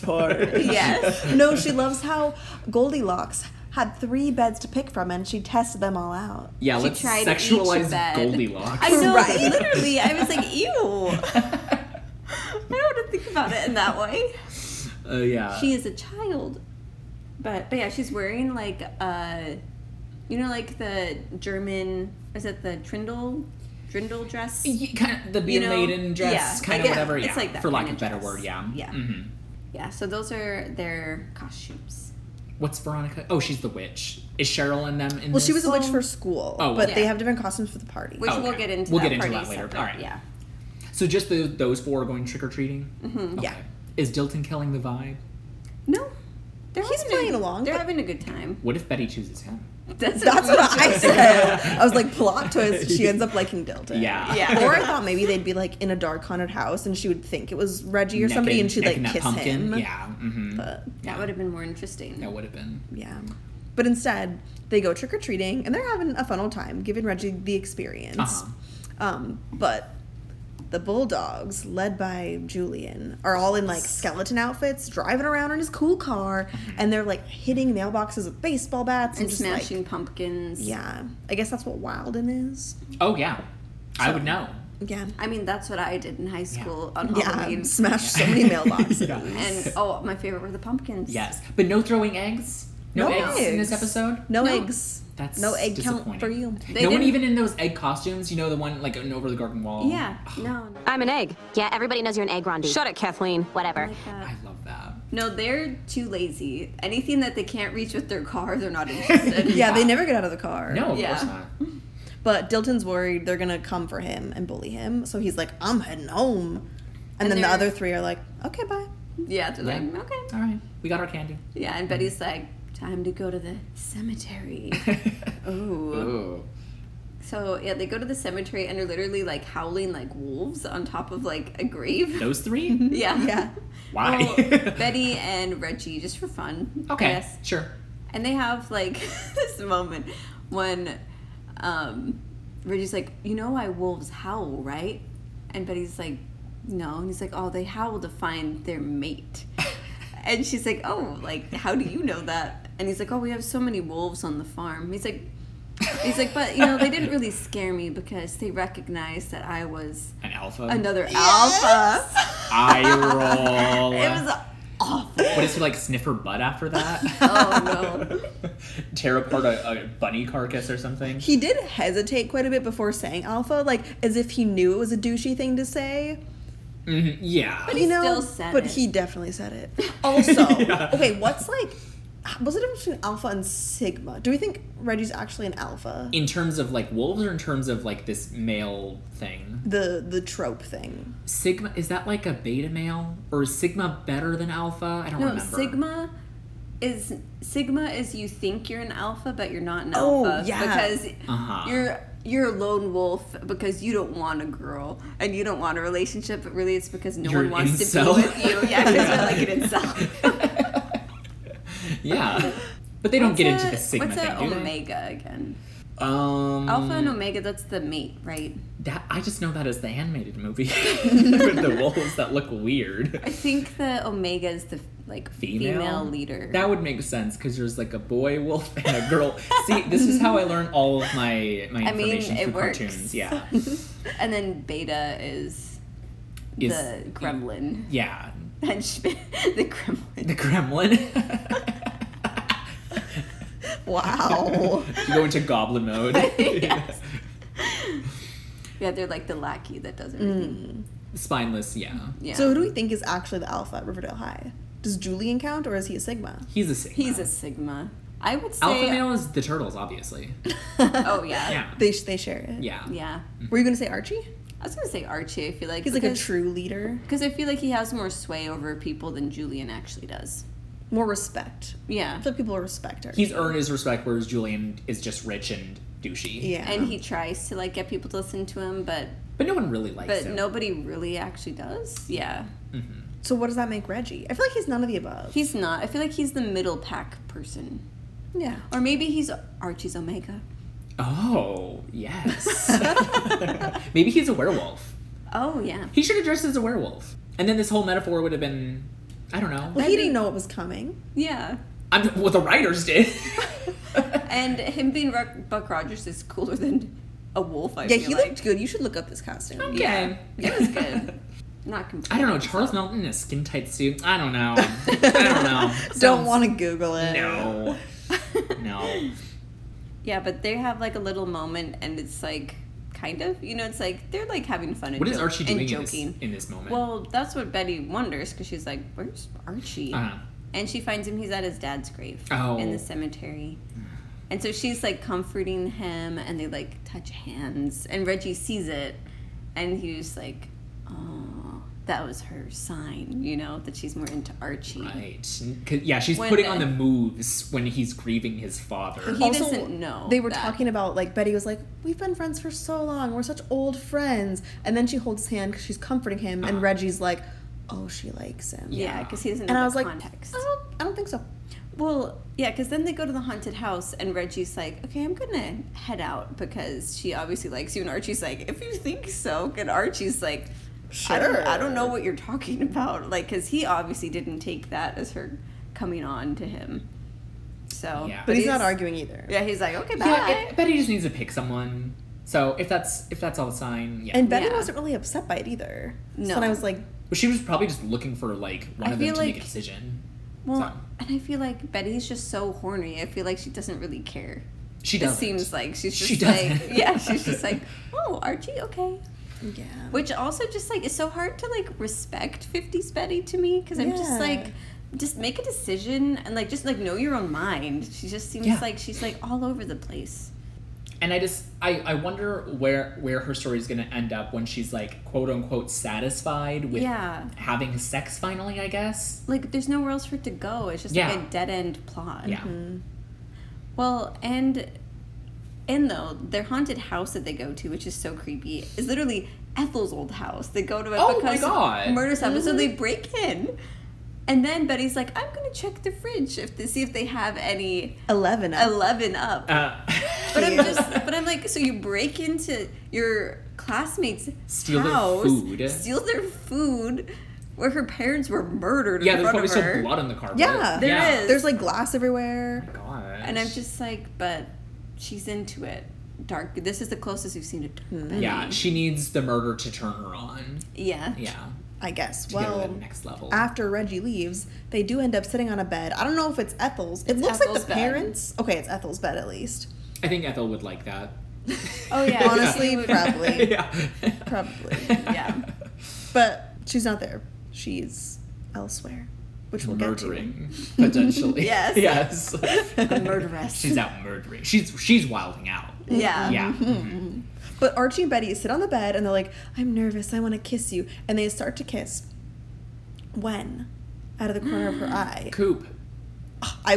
[SPEAKER 3] porridge.
[SPEAKER 1] Yes.
[SPEAKER 3] No, she loves how Goldilocks had three beds to pick from, and she tested them all out.
[SPEAKER 2] yeah. Let's
[SPEAKER 1] tried each
[SPEAKER 2] sexualize
[SPEAKER 1] bed.
[SPEAKER 2] Goldilocks.
[SPEAKER 1] I know,
[SPEAKER 3] Right.
[SPEAKER 1] literally. I was like, ew. I don't want to think about it in that way.
[SPEAKER 2] Uh, yeah.
[SPEAKER 1] She is a child, but but yeah, she's wearing like uh, you know, like the German. Is it the Trindle, Drindle dress?
[SPEAKER 2] Y- kind of the be
[SPEAKER 1] you
[SPEAKER 2] a
[SPEAKER 1] know?
[SPEAKER 2] maiden dress,
[SPEAKER 1] Yeah,
[SPEAKER 2] kind
[SPEAKER 1] like,
[SPEAKER 2] of whatever.
[SPEAKER 1] it's
[SPEAKER 2] yeah.
[SPEAKER 1] like that
[SPEAKER 2] for lack
[SPEAKER 1] kinda
[SPEAKER 2] of better
[SPEAKER 1] dress.
[SPEAKER 2] word. Yeah.
[SPEAKER 1] Yeah.
[SPEAKER 2] hmm
[SPEAKER 1] Yeah. So those are their costumes.
[SPEAKER 2] What's Veronica? Oh, she's the witch. Is Cheryl in them? In
[SPEAKER 3] Well, she was
[SPEAKER 2] this?
[SPEAKER 3] a witch for school,
[SPEAKER 2] Oh,
[SPEAKER 3] but
[SPEAKER 1] yeah.
[SPEAKER 3] they have different costumes for the party.
[SPEAKER 1] Which
[SPEAKER 2] Oh,
[SPEAKER 1] we'll
[SPEAKER 2] okay.
[SPEAKER 1] get into
[SPEAKER 2] We'll
[SPEAKER 1] that
[SPEAKER 2] get into
[SPEAKER 1] party
[SPEAKER 2] that later.
[SPEAKER 1] separate,
[SPEAKER 2] All right.
[SPEAKER 1] Yeah.
[SPEAKER 2] So just the, those four are going trick or treating. Mm-hmm.
[SPEAKER 3] yeah.
[SPEAKER 2] Is Dilton killing the vibe?
[SPEAKER 1] No. They're
[SPEAKER 3] He's
[SPEAKER 1] having a-
[SPEAKER 3] playing along,
[SPEAKER 1] They're
[SPEAKER 3] but-
[SPEAKER 1] having a good time.
[SPEAKER 2] What if Betty chooses him?
[SPEAKER 1] That's,
[SPEAKER 3] That's what I
[SPEAKER 1] said.
[SPEAKER 3] said. I was like, plot twist. She ends up liking Dilton.
[SPEAKER 2] Yeah.
[SPEAKER 1] Yeah.
[SPEAKER 3] Or I thought maybe they'd be like in a dark haunted house, and she would think it was Reggie or
[SPEAKER 2] Necking-
[SPEAKER 3] somebody, and she'd like
[SPEAKER 2] necking that
[SPEAKER 3] kiss
[SPEAKER 2] pumpkin.
[SPEAKER 3] him.
[SPEAKER 2] Yeah. Mm-hmm.
[SPEAKER 3] But
[SPEAKER 1] That would have been more interesting.
[SPEAKER 2] That would have been.
[SPEAKER 3] Yeah. But instead, they go trick or treating and they're having a fun old time, giving Reggie the experience.
[SPEAKER 2] Uh-huh.
[SPEAKER 3] Um, but the bulldogs, led by Julian, are all in like skeleton outfits, driving around in his cool car,
[SPEAKER 2] Mm-hmm.
[SPEAKER 3] and they're like hitting mailboxes with baseball bats and,
[SPEAKER 1] And
[SPEAKER 3] just, like-
[SPEAKER 1] smashing pumpkins.
[SPEAKER 3] yeah, I guess that's what Wilden is.
[SPEAKER 2] Oh yeah, I would know.
[SPEAKER 3] Yeah.
[SPEAKER 1] I mean, that's what I did in high school on
[SPEAKER 3] Yeah,
[SPEAKER 1] Halloween.
[SPEAKER 3] smash so many mailboxes.
[SPEAKER 2] Yeah.
[SPEAKER 1] And oh, my favorite were the pumpkins.
[SPEAKER 2] Yes, but no throwing eggs. No,
[SPEAKER 3] No
[SPEAKER 2] eggs, in this
[SPEAKER 3] eggs.
[SPEAKER 2] episode.
[SPEAKER 3] No,
[SPEAKER 1] No.
[SPEAKER 3] eggs.
[SPEAKER 2] That's
[SPEAKER 3] no egg count
[SPEAKER 2] disappointing.
[SPEAKER 3] for you.
[SPEAKER 1] They
[SPEAKER 2] no one
[SPEAKER 1] didn't-
[SPEAKER 2] even in those egg costumes. You know the one like an over the garden wall.
[SPEAKER 1] Yeah. No. no.
[SPEAKER 4] I'm an egg. Yeah, everybody knows you're an egg, Rondi. Shut it, Kathleen. Whatever.
[SPEAKER 1] Like that.
[SPEAKER 2] I love that.
[SPEAKER 1] No, they're too lazy. Anything that they can't reach with their car, they're not interested.
[SPEAKER 3] Yeah, they never get out of the car.
[SPEAKER 2] No, of
[SPEAKER 1] Yeah. Mm-hmm.
[SPEAKER 2] course not.
[SPEAKER 3] But Dilton's worried they're gonna come for him and bully him, so he's like, "I'm heading home," and,
[SPEAKER 1] And
[SPEAKER 3] then the
[SPEAKER 1] they're-
[SPEAKER 3] other three are like, "Okay, bye."
[SPEAKER 1] Yeah, they're
[SPEAKER 2] Yeah.
[SPEAKER 1] like, okay.
[SPEAKER 2] All right, we got our candy.
[SPEAKER 1] Yeah, and Betty's like, time to go to the cemetery. Ooh.
[SPEAKER 2] Ooh.
[SPEAKER 1] So yeah, they go to the cemetery and are literally like howling like wolves on top of like a grave.
[SPEAKER 2] Those three?
[SPEAKER 1] Yeah.
[SPEAKER 3] Yeah,
[SPEAKER 2] Why?
[SPEAKER 1] Well, Betty and Reggie just for fun. I
[SPEAKER 2] okay,
[SPEAKER 1] guess.
[SPEAKER 2] sure.
[SPEAKER 1] And they have like this moment when um, Reggie's like, "You know why wolves howl, right?" And Betty's like, "No." And he's like, "Oh, they howl to find their mate." and she's like, "Oh, like how do you know that?" And he's like, "Oh, we have so many wolves on the farm." He's like. He's like, but you know, they didn't really scare me because they recognized that I was
[SPEAKER 2] An alpha.
[SPEAKER 1] another alpha.
[SPEAKER 2] Eye roll.
[SPEAKER 1] It was awful.
[SPEAKER 2] What does she like sniff her butt after that?
[SPEAKER 1] Oh no.
[SPEAKER 2] Tear apart a, a bunny carcass or something.
[SPEAKER 3] he did hesitate quite a bit before saying alpha, like as if he knew it was a douchey thing to say.
[SPEAKER 2] Mhm, Yeah.
[SPEAKER 3] you know,
[SPEAKER 1] still said
[SPEAKER 3] but
[SPEAKER 1] it.
[SPEAKER 3] he definitely said it. Also,
[SPEAKER 2] Yeah.
[SPEAKER 3] okay, what's like what's the difference between alpha and sigma? Do we think Reggie's actually an alpha?
[SPEAKER 2] in terms of like wolves or in terms of like this male thing
[SPEAKER 3] The the trope thing.
[SPEAKER 2] sigma is that like a beta male or is sigma better than alpha i don't
[SPEAKER 1] No,
[SPEAKER 2] remember
[SPEAKER 1] sigma is sigma is you think you're an alpha, but you're not an
[SPEAKER 3] Oh,
[SPEAKER 1] alpha
[SPEAKER 3] yeah.
[SPEAKER 1] because
[SPEAKER 2] Uh-huh.
[SPEAKER 1] you're you're a lone wolf because you don't want a girl and you don't want a relationship, but really it's because no
[SPEAKER 2] You're
[SPEAKER 1] one
[SPEAKER 2] an
[SPEAKER 1] wants to
[SPEAKER 2] incel.
[SPEAKER 1] be with you. Yeah, because
[SPEAKER 2] Yeah.
[SPEAKER 1] you're like an incel.
[SPEAKER 2] yeah but they don't get
[SPEAKER 1] What's
[SPEAKER 2] into the
[SPEAKER 1] a-
[SPEAKER 2] sigma
[SPEAKER 1] What's a
[SPEAKER 2] thing do they?
[SPEAKER 1] omega again?
[SPEAKER 2] um
[SPEAKER 1] Alpha and omega, that's the mate, right?
[SPEAKER 2] that i just know that as the animated movie with the wolves that look weird
[SPEAKER 1] I think the omega is the like
[SPEAKER 2] female,
[SPEAKER 1] female, leader.
[SPEAKER 2] That would make sense because there's like a boy wolf and a girl. See, this is how I learn all of my my
[SPEAKER 1] I mean,
[SPEAKER 2] information
[SPEAKER 1] it
[SPEAKER 2] through
[SPEAKER 1] works.
[SPEAKER 2] cartoons. Yeah,
[SPEAKER 1] and then beta is,
[SPEAKER 2] Is-
[SPEAKER 1] the gremlin.
[SPEAKER 2] yeah,
[SPEAKER 1] And sh- the gremlin.
[SPEAKER 2] the gremlin.
[SPEAKER 3] Wow.
[SPEAKER 2] you go into goblin mode.
[SPEAKER 1] Yes. Yeah, they're like the lackey that does everything.
[SPEAKER 2] Spineless. Yeah,
[SPEAKER 1] Yeah.
[SPEAKER 3] Mm. So who do we think is actually the alpha at Riverdale High? Does Julian count or is he a sigma?
[SPEAKER 2] he's a sigma.
[SPEAKER 1] he's a sigma. I would say.
[SPEAKER 2] alpha male is the turtles, obviously.
[SPEAKER 1] Oh yeah.
[SPEAKER 2] Yeah,
[SPEAKER 3] They sh- they share it.
[SPEAKER 2] yeah,
[SPEAKER 1] Yeah.
[SPEAKER 3] Were you gonna say Archie?
[SPEAKER 1] I was gonna say Archie. I feel like
[SPEAKER 3] He's like a
[SPEAKER 1] because,
[SPEAKER 3] true leader,
[SPEAKER 1] because I feel like he has more sway over people than Julian actually does.
[SPEAKER 3] more respect.
[SPEAKER 1] Yeah.
[SPEAKER 3] I feel people respect Archie.
[SPEAKER 2] He's earned his respect, whereas Julian is just rich and douchey.
[SPEAKER 3] yeah.
[SPEAKER 1] And he tries to like get people to listen to him, but
[SPEAKER 2] but no one really likes
[SPEAKER 1] but
[SPEAKER 2] him.
[SPEAKER 1] nobody really actually does. Yeah.
[SPEAKER 3] so what does that make Reggie? I feel like he's none of the above.
[SPEAKER 1] He's not. I feel like he's the middle pack person.
[SPEAKER 3] yeah.
[SPEAKER 1] Or maybe he's Archie's Omega.
[SPEAKER 2] Oh yes. Maybe he's a werewolf.
[SPEAKER 1] Oh yeah.
[SPEAKER 2] He should have dressed as a werewolf. And then this whole metaphor would have been, I don't know.
[SPEAKER 3] Well, he didn't know it was coming.
[SPEAKER 1] Yeah.
[SPEAKER 2] I'm, well, the writers did.
[SPEAKER 1] And him being Ruck, Buck Rogers is cooler than a wolf. I
[SPEAKER 3] Yeah,
[SPEAKER 1] feel
[SPEAKER 3] he
[SPEAKER 1] like. Oh,
[SPEAKER 3] looked good. You should look up this costume.
[SPEAKER 1] Yeah, it was good. Not
[SPEAKER 2] I
[SPEAKER 1] complaining.
[SPEAKER 2] don't know. Charles Melton in a skin tight suit. I don't know. I don't know.
[SPEAKER 3] Don't want to Google it.
[SPEAKER 2] No. No.
[SPEAKER 1] yeah, but they have like a little moment, and it's like kind of, you know, it's like they're like having fun and,
[SPEAKER 2] What is
[SPEAKER 1] joke-
[SPEAKER 2] Archie
[SPEAKER 1] and
[SPEAKER 2] doing in this,
[SPEAKER 1] joking.
[SPEAKER 2] in this moment?
[SPEAKER 1] Well, that's what Betty wonders because she's like, "Where's Archie?"
[SPEAKER 2] Uh-huh.
[SPEAKER 1] And she finds him. He's at his dad's grave
[SPEAKER 2] Oh.
[SPEAKER 1] in the cemetery. And so she's like comforting him, and they like touch hands. And Reggie sees it, and he was like, "Oh, that was her sign, you know, that she's more into Archie."
[SPEAKER 2] right. 'Cause- yeah, she's
[SPEAKER 1] When,
[SPEAKER 2] putting
[SPEAKER 1] uh,
[SPEAKER 2] on the moves when he's grieving his father.
[SPEAKER 1] He
[SPEAKER 3] Also,
[SPEAKER 1] doesn't know.
[SPEAKER 3] They were
[SPEAKER 1] that.
[SPEAKER 3] talking about like Betty was like, "We've been friends for so long. We're such old friends." And then she holds his hand because she's comforting him, and Reggie's like, "Oh, she likes him."
[SPEAKER 1] Uh-huh. Yeah, because he doesn't know
[SPEAKER 3] And
[SPEAKER 1] the
[SPEAKER 3] I was like,
[SPEAKER 1] context.
[SPEAKER 3] "I don't, I don't think so."
[SPEAKER 1] Well, yeah, because then they go to the haunted house, and Reggie's like, okay, I'm gonna head out because she obviously likes you. And Archie's like, if you think so. And Archie's like, I, don't, I don't know what you're talking about. Like, because he obviously didn't take that as her coming on to him. So,
[SPEAKER 2] Yeah.
[SPEAKER 3] But he's, not arguing either.
[SPEAKER 1] Yeah, he's like, okay, bye.
[SPEAKER 2] Yeah, it, Betty just needs to pick someone. So if that's if that's all a sign, yeah.
[SPEAKER 3] And Betty
[SPEAKER 1] Yeah.
[SPEAKER 3] wasn't really upset by it either. So
[SPEAKER 1] No.
[SPEAKER 3] then I was like,
[SPEAKER 2] but she was probably just looking for like one
[SPEAKER 1] I
[SPEAKER 2] of them
[SPEAKER 1] feel
[SPEAKER 2] to make a
[SPEAKER 1] like-
[SPEAKER 2] decision.
[SPEAKER 1] well,
[SPEAKER 2] so.
[SPEAKER 1] and I feel like Betty's just so horny. I feel like she doesn't really care.
[SPEAKER 2] She
[SPEAKER 1] It
[SPEAKER 2] doesn't.
[SPEAKER 1] seems like she's just
[SPEAKER 2] She
[SPEAKER 1] like,
[SPEAKER 2] doesn't.
[SPEAKER 1] yeah, she's just like, oh, Archie, okay.
[SPEAKER 3] yeah.
[SPEAKER 1] Which also just like it's so hard to like respect 50s Betty to me because I'm
[SPEAKER 3] Yeah.
[SPEAKER 1] just like just make a decision and like just like know your own mind. She just seems
[SPEAKER 2] Yeah.
[SPEAKER 1] like she's like all over the place.
[SPEAKER 2] and I just I, I wonder where where her story is gonna end up when she's like quote unquote satisfied with
[SPEAKER 1] Yeah.
[SPEAKER 2] having sex finally I guess
[SPEAKER 1] Like there's nowhere else for it to go. It's just like
[SPEAKER 2] Yeah.
[SPEAKER 1] a dead end plot.
[SPEAKER 2] yeah
[SPEAKER 1] Well, and and though their haunted house that they go to, which is so creepy, is literally Ethel's old house. They go to it
[SPEAKER 2] Oh my
[SPEAKER 1] because
[SPEAKER 2] God. Mm-hmm.
[SPEAKER 1] murders happen, so they break in. And then Betty's like, "I'm gonna check the fridge if to see if they have any
[SPEAKER 3] Eleven.
[SPEAKER 1] eleven up."
[SPEAKER 2] uh,
[SPEAKER 1] But I'm just, but I'm like, so you break into your classmates'
[SPEAKER 2] Steal their
[SPEAKER 1] house,
[SPEAKER 2] food.
[SPEAKER 1] steal their food, where her parents were murdered
[SPEAKER 2] yeah
[SPEAKER 1] in
[SPEAKER 2] there's
[SPEAKER 1] front
[SPEAKER 2] probably
[SPEAKER 1] of her,
[SPEAKER 2] still blood on the carpet
[SPEAKER 3] Yeah.
[SPEAKER 1] There
[SPEAKER 2] yeah.
[SPEAKER 1] is.
[SPEAKER 3] There's like glass everywhere.
[SPEAKER 2] Gosh.
[SPEAKER 1] and I'm just like, but she's into it. Dark. This is the closest we've seen to dark. Betty.
[SPEAKER 2] yeah she needs the murder to turn her on
[SPEAKER 1] yeah,
[SPEAKER 2] yeah
[SPEAKER 3] I guess.
[SPEAKER 2] to go
[SPEAKER 3] Well,
[SPEAKER 2] to the next level
[SPEAKER 3] after Reggie leaves, they do end up sitting on a bed. I don't know if it's Ethel's. It
[SPEAKER 1] It's
[SPEAKER 3] looks like
[SPEAKER 1] Ethel's
[SPEAKER 3] the
[SPEAKER 1] bed.
[SPEAKER 3] parents. Okay, it's Ethel's bed at least.
[SPEAKER 2] I think Ethel would like that
[SPEAKER 1] Oh yeah.
[SPEAKER 3] Honestly,
[SPEAKER 1] She would-
[SPEAKER 3] probably.
[SPEAKER 2] yeah
[SPEAKER 3] Probably.
[SPEAKER 1] Yeah.
[SPEAKER 3] But she's not there. She's elsewhere. which we'll get
[SPEAKER 2] murdering potentially.
[SPEAKER 1] Yes.
[SPEAKER 2] Yes.
[SPEAKER 1] Murderess.
[SPEAKER 2] she's out murdering. She's she's wilding out.
[SPEAKER 1] yeah.
[SPEAKER 2] Yeah.
[SPEAKER 3] to. But Archie and Betty sit on the bed and they're like, I'm nervous, I want to kiss you. And they start to kiss. When? Out of the corner of her eye.
[SPEAKER 2] Coop.
[SPEAKER 3] I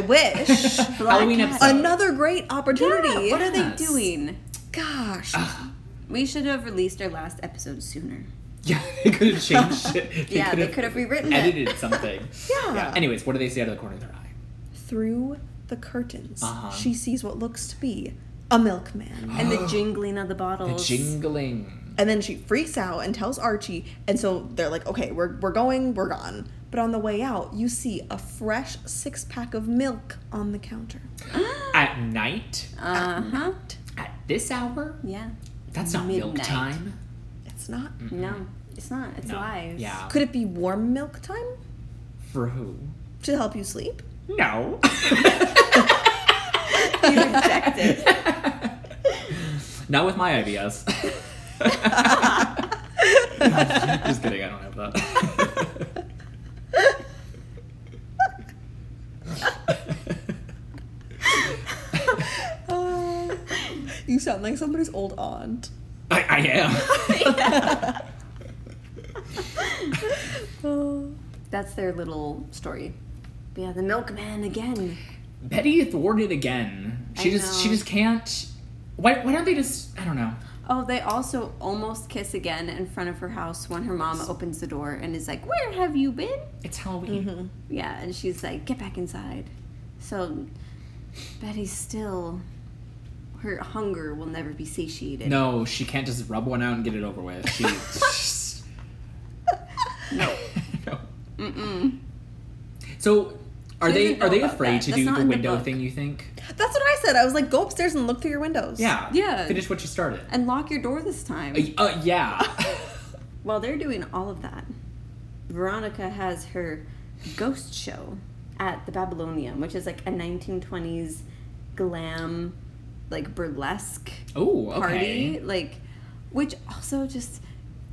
[SPEAKER 3] wish.
[SPEAKER 2] Halloween
[SPEAKER 1] cat.
[SPEAKER 2] episode.
[SPEAKER 3] Another great opportunity.
[SPEAKER 1] What are they
[SPEAKER 2] Yes.
[SPEAKER 1] doing? Ah.
[SPEAKER 3] Gosh.
[SPEAKER 1] We should have released our last episode sooner.
[SPEAKER 2] Yeah, they could have changed it. They
[SPEAKER 1] yeah,
[SPEAKER 2] could
[SPEAKER 1] they
[SPEAKER 2] have
[SPEAKER 1] could have rewritten it.
[SPEAKER 2] edited something.
[SPEAKER 3] Yeah.
[SPEAKER 2] Anyways, what do they see out of the corner of their eye?
[SPEAKER 3] Through the curtains,
[SPEAKER 2] Uh-huh.
[SPEAKER 3] she sees what looks to be a milkman.
[SPEAKER 1] And the jingling of the
[SPEAKER 2] The
[SPEAKER 1] bottles.
[SPEAKER 2] jingling.
[SPEAKER 3] And then she freaks out and tells Archie. And so they're like, okay, we're, we're going, we're gone. But on the way out, you see a fresh six pack of milk on the counter.
[SPEAKER 2] At night?
[SPEAKER 1] uh huh.
[SPEAKER 2] At this hour?
[SPEAKER 1] Yeah.
[SPEAKER 2] That's not milk
[SPEAKER 1] Midnight.
[SPEAKER 2] time.
[SPEAKER 3] It's not.
[SPEAKER 1] No, it's not. It's lies.
[SPEAKER 2] Yeah.
[SPEAKER 3] Could it be warm milk time
[SPEAKER 2] For who?
[SPEAKER 3] to help you sleep?
[SPEAKER 2] No.
[SPEAKER 1] You reject it.
[SPEAKER 2] Not with my ideas. Just kidding, I don't have that.
[SPEAKER 3] Uh, you sound like somebody's old aunt.
[SPEAKER 2] I, I am.
[SPEAKER 3] Oh.
[SPEAKER 1] That's their little story. But yeah, the milkman again.
[SPEAKER 2] Betty thwarted again. She
[SPEAKER 1] I
[SPEAKER 2] just she
[SPEAKER 1] know.
[SPEAKER 2] just can't. Why why don't they just I don't know.
[SPEAKER 1] Oh, they also almost kiss again in front of her house when her mom opens the door and is like, Where have you been?
[SPEAKER 2] It's Halloween.
[SPEAKER 1] Yeah, and she's like, Get back inside. So Betty's still. Her hunger will never be satiated.
[SPEAKER 2] No, she can't just rub one out and get it over with. She no. no. Mm-mm. So are
[SPEAKER 1] She
[SPEAKER 2] they
[SPEAKER 1] doesn't know
[SPEAKER 2] are they
[SPEAKER 1] about
[SPEAKER 2] afraid
[SPEAKER 1] that.
[SPEAKER 2] to
[SPEAKER 1] That's
[SPEAKER 2] do
[SPEAKER 1] not
[SPEAKER 2] the
[SPEAKER 1] in the
[SPEAKER 2] window
[SPEAKER 1] book.
[SPEAKER 2] thing? You think?
[SPEAKER 3] That's what I said. I was like, go upstairs and look through your windows.
[SPEAKER 2] Yeah.
[SPEAKER 1] Yeah.
[SPEAKER 2] Finish what you started.
[SPEAKER 1] And lock your door this time.
[SPEAKER 2] Uh, uh, yeah.
[SPEAKER 1] While they're doing all of that, Veronica has her ghost show at the Babylonium, which is like a 1920s glam, like burlesque
[SPEAKER 2] oh,
[SPEAKER 1] party.
[SPEAKER 2] okay.
[SPEAKER 1] Like, which also just.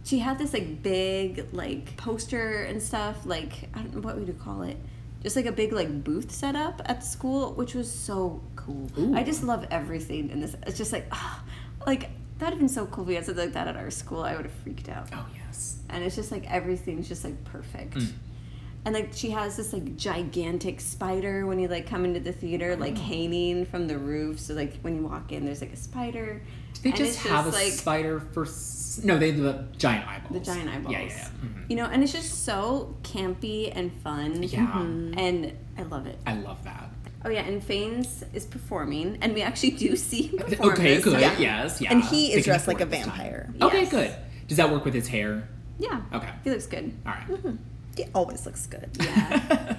[SPEAKER 1] She had this like big like poster and stuff like I don't know what would you call it, just like a big like booth set up at the school, which was so cool. I just love everything in this. It's just like, ah, like that'd have been so cool if we had something like that at our school. I would have freaked out
[SPEAKER 2] Oh yes.
[SPEAKER 1] and it's just like everything's just like perfect.
[SPEAKER 2] Mm.
[SPEAKER 1] And like she has this like gigantic spider when you like come into the theater, like
[SPEAKER 2] Oh.
[SPEAKER 1] hanging from the roof. So like when you walk in, there's like a spider.
[SPEAKER 2] They
[SPEAKER 1] and
[SPEAKER 2] just
[SPEAKER 1] it's
[SPEAKER 2] have a
[SPEAKER 1] like
[SPEAKER 2] spider for s- no. They have the giant eyeballs.
[SPEAKER 1] the giant eyeballs.
[SPEAKER 2] Yeah, yeah. yeah. Mhm.
[SPEAKER 1] You know, and it's just so campy and fun. Mm-hmm.
[SPEAKER 2] Yeah.
[SPEAKER 1] And I love it.
[SPEAKER 2] I love that.
[SPEAKER 1] Oh yeah, and Fanes is performing, and we actually do see him perform
[SPEAKER 2] Okay,
[SPEAKER 1] this
[SPEAKER 2] good.
[SPEAKER 1] time.
[SPEAKER 2] Yes, yeah.
[SPEAKER 3] And he
[SPEAKER 2] They
[SPEAKER 3] is
[SPEAKER 2] can
[SPEAKER 3] dressed like a
[SPEAKER 2] afford this time.
[SPEAKER 3] vampire.
[SPEAKER 2] Okay,
[SPEAKER 1] Yes.
[SPEAKER 2] good. Does that work with his hair?
[SPEAKER 1] Yeah.
[SPEAKER 2] Okay.
[SPEAKER 1] He looks good.
[SPEAKER 2] All right.
[SPEAKER 3] He always looks good.
[SPEAKER 1] Yeah.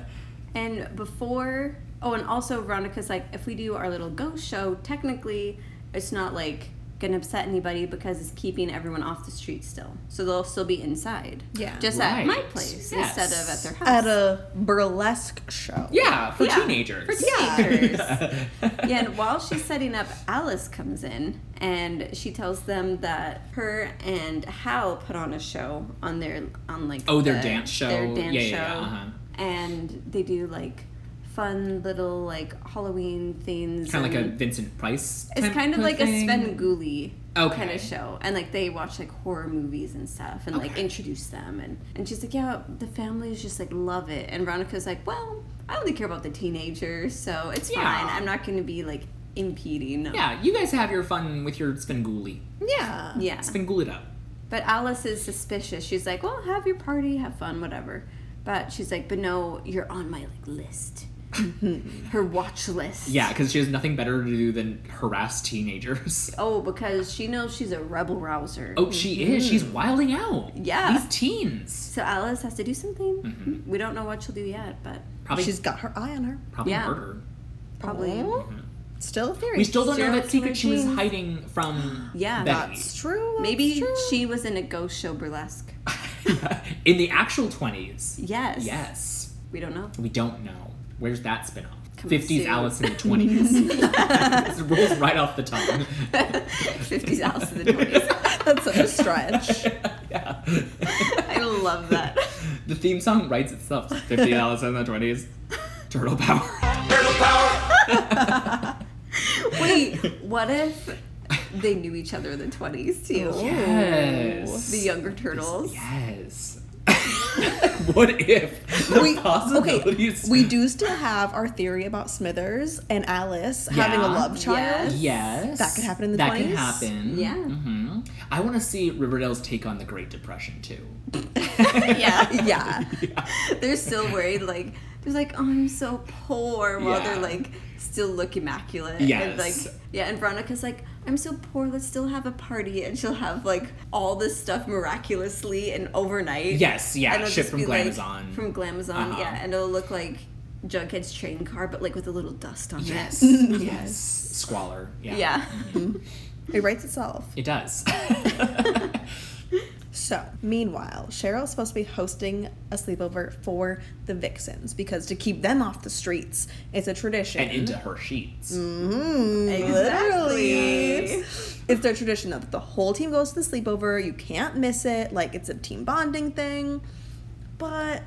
[SPEAKER 1] and before, oh, and also Veronica's like, if we do our little ghost show, technically, it's not like gonna upset anybody because it's keeping everyone off the street still. So they'll still be inside.
[SPEAKER 3] Yeah.
[SPEAKER 1] Just at my
[SPEAKER 2] Right.
[SPEAKER 1] place
[SPEAKER 2] Yes.
[SPEAKER 1] instead of at their house.
[SPEAKER 3] At a burlesque show.
[SPEAKER 2] Yeah, for
[SPEAKER 1] Yeah,
[SPEAKER 2] teenagers.
[SPEAKER 1] For teenagers. yeah, and while she's setting up, Alice comes in and she tells them that her and Hal put on a show on their on like
[SPEAKER 2] Oh, their
[SPEAKER 1] the-
[SPEAKER 2] dance show.
[SPEAKER 1] their dance
[SPEAKER 2] Yeah,
[SPEAKER 1] show,
[SPEAKER 2] yeah, yeah, uh-huh.
[SPEAKER 1] and they do like fun little like Halloween things.
[SPEAKER 2] kind of like a
[SPEAKER 1] and
[SPEAKER 2] Vincent Price.
[SPEAKER 1] it's
[SPEAKER 2] type
[SPEAKER 1] kind of like
[SPEAKER 2] thing.
[SPEAKER 1] a Svengoolie kind
[SPEAKER 2] Okay.
[SPEAKER 1] of show, and like they watch like horror movies and stuff, and like
[SPEAKER 2] Okay.
[SPEAKER 1] introduce them, and and she's like, yeah, the families just like love it, and Veronica's like, well, I only care about the teenagers, so it's
[SPEAKER 2] Yeah.
[SPEAKER 1] fine. I'm not going to be like impeding.
[SPEAKER 2] Yeah, you guys have your fun with your Svengoolie.
[SPEAKER 3] Yeah.
[SPEAKER 1] Yeah.
[SPEAKER 2] Svengool it up.
[SPEAKER 1] But Alice is suspicious. She's like, "Well, have your party, have fun, whatever." But she's like, "But no, you're on my like list." Her watch list.
[SPEAKER 2] Yeah, because she has nothing better to do than harass teenagers.
[SPEAKER 1] Oh, because she knows she's a rebel rouser.
[SPEAKER 2] Oh, she is. She's wilding out.
[SPEAKER 1] Mm-hmm. Yeah.
[SPEAKER 2] These teens.
[SPEAKER 1] So Alice has to do something. We don't know what she'll do yet, but
[SPEAKER 2] Probably,
[SPEAKER 3] She's got her eye on her.
[SPEAKER 2] probably
[SPEAKER 1] Yeah.
[SPEAKER 2] murder.
[SPEAKER 1] probably.
[SPEAKER 3] Oh, Still a theory.
[SPEAKER 2] We still don't know
[SPEAKER 1] Sarah
[SPEAKER 2] that secret she was
[SPEAKER 1] Jean.
[SPEAKER 2] hiding from
[SPEAKER 1] Yeah.
[SPEAKER 2] Betty.
[SPEAKER 3] That's true. that's
[SPEAKER 1] Maybe
[SPEAKER 3] true.
[SPEAKER 1] she was in a ghost show burlesque.
[SPEAKER 2] In the actual 20s.
[SPEAKER 1] Yes.
[SPEAKER 2] Yes.
[SPEAKER 1] We don't know.
[SPEAKER 2] We don't know. Where's that spin-off?
[SPEAKER 1] Coming
[SPEAKER 2] 50s
[SPEAKER 1] soon.
[SPEAKER 2] Alice in the 20s. it rolls right off the tongue.
[SPEAKER 1] 50s Alice in the 20s.
[SPEAKER 3] That's such a stretch.
[SPEAKER 2] yeah.
[SPEAKER 1] I love that.
[SPEAKER 2] The theme song writes itself. Fifty dollars in the twenties. Turtle power.
[SPEAKER 1] Wait, what if they knew each other in the 20s too?
[SPEAKER 2] Yes.
[SPEAKER 1] The younger turtles.
[SPEAKER 2] Yes. what if the
[SPEAKER 3] We-
[SPEAKER 2] possibilities?
[SPEAKER 3] We do still have our theory about Smithers and Alice having a
[SPEAKER 2] Yeah.
[SPEAKER 3] love child.
[SPEAKER 1] Yes.
[SPEAKER 2] Yes.
[SPEAKER 3] That could happen in the
[SPEAKER 2] That could
[SPEAKER 3] 20s.
[SPEAKER 2] happen.
[SPEAKER 1] Yeah.
[SPEAKER 2] hmm I want to see Riverdale's take on the Great Depression too.
[SPEAKER 1] yeah.
[SPEAKER 3] Yeah.
[SPEAKER 1] They're still worried, like, they're like, oh, I'm so poor, while
[SPEAKER 2] Yeah.
[SPEAKER 1] they're like, still look immaculate. And,
[SPEAKER 2] Yes.
[SPEAKER 1] like, yeah, and Veronica's like, I'm so poor, let's still have a party. And she'll have, like, all this stuff miraculously and overnight.
[SPEAKER 2] Yes, yeah,
[SPEAKER 1] And it'll
[SPEAKER 2] ship
[SPEAKER 1] just
[SPEAKER 2] from
[SPEAKER 1] be, like,
[SPEAKER 2] Glamazon.
[SPEAKER 1] from Glamazon,
[SPEAKER 2] Uh-huh.
[SPEAKER 1] yeah. And it'll look like Jughead's train car, but, like, with a little dust on
[SPEAKER 2] Yes.
[SPEAKER 1] it.
[SPEAKER 2] yes. Squalor. Yeah.
[SPEAKER 1] Yeah.
[SPEAKER 3] It writes itself.
[SPEAKER 2] It does.
[SPEAKER 3] So, meanwhile, Cheryl's supposed to be hosting a sleepover for the Vixens because to keep them off the streets, it's a tradition.
[SPEAKER 2] and into her sheets.
[SPEAKER 3] Mm, Literally.
[SPEAKER 1] Exactly.
[SPEAKER 3] It's their tradition though that the whole team goes to the sleepover. You can't miss it. Like it's a team bonding thing. But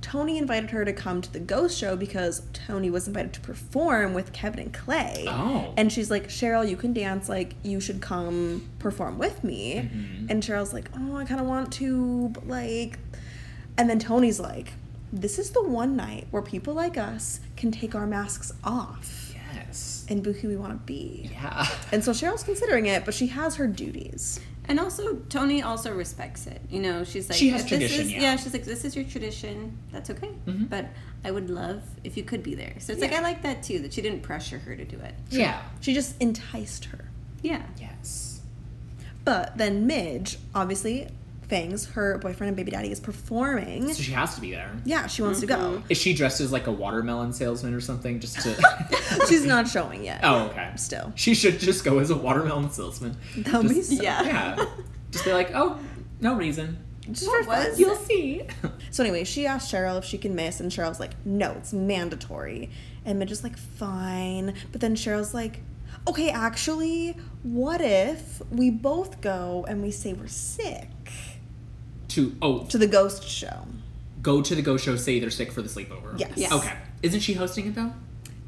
[SPEAKER 3] Tony invited her to come to the ghost show because Tony was invited to perform with Kevin and Clay.
[SPEAKER 2] Oh.
[SPEAKER 3] And she's like, Cheryl, you can dance. Like, you should come perform with me. And Cheryl's like, oh, I kind of want to, but like. And then Tony's like, this is the one night where people like us can take our masks off
[SPEAKER 2] Yes.
[SPEAKER 3] and be who we want to be.
[SPEAKER 2] Yeah.
[SPEAKER 3] And so Cheryl's considering it, but she has her duties.
[SPEAKER 1] And also, Tony also respects it. You know, she's like,
[SPEAKER 2] She has
[SPEAKER 1] if this
[SPEAKER 2] tradition,
[SPEAKER 1] is-
[SPEAKER 2] yeah. Mm-hmm.
[SPEAKER 1] she's like, this is your tradition. That's okay. But I would love if you could be there. So it's like, I like that too, that she didn't pressure her to do it.
[SPEAKER 2] Yeah.
[SPEAKER 3] She just enticed her.
[SPEAKER 1] Yeah.
[SPEAKER 2] Yes.
[SPEAKER 3] But then Midge, obviously, Fangs, her boyfriend and baby daddy, is performing.
[SPEAKER 2] So she has to be there.
[SPEAKER 3] Yeah, she wants to
[SPEAKER 2] Is she dressed as like a watermelon salesman or something? Just to.
[SPEAKER 3] go. She's not showing yet.
[SPEAKER 2] oh, okay.
[SPEAKER 3] Still.
[SPEAKER 2] She should just go as a watermelon salesman.
[SPEAKER 3] That'll be
[SPEAKER 2] Just-
[SPEAKER 3] so-
[SPEAKER 1] Yeah.
[SPEAKER 2] Yeah. Just be like, oh, no reason.
[SPEAKER 3] Just for fun.
[SPEAKER 1] was
[SPEAKER 2] You'll see.
[SPEAKER 3] So anyway, she asked Cheryl if she can miss, and Cheryl's like, no, it's mandatory. And Midge is like, fine. But then Cheryl's like, okay, actually, what if we both go and we say we're sick
[SPEAKER 2] to oh,
[SPEAKER 3] to the ghost show?
[SPEAKER 2] go to the go show. Say they're sick for the sleepover.
[SPEAKER 3] Yes. Yes.
[SPEAKER 2] Okay. Isn't she hosting it though?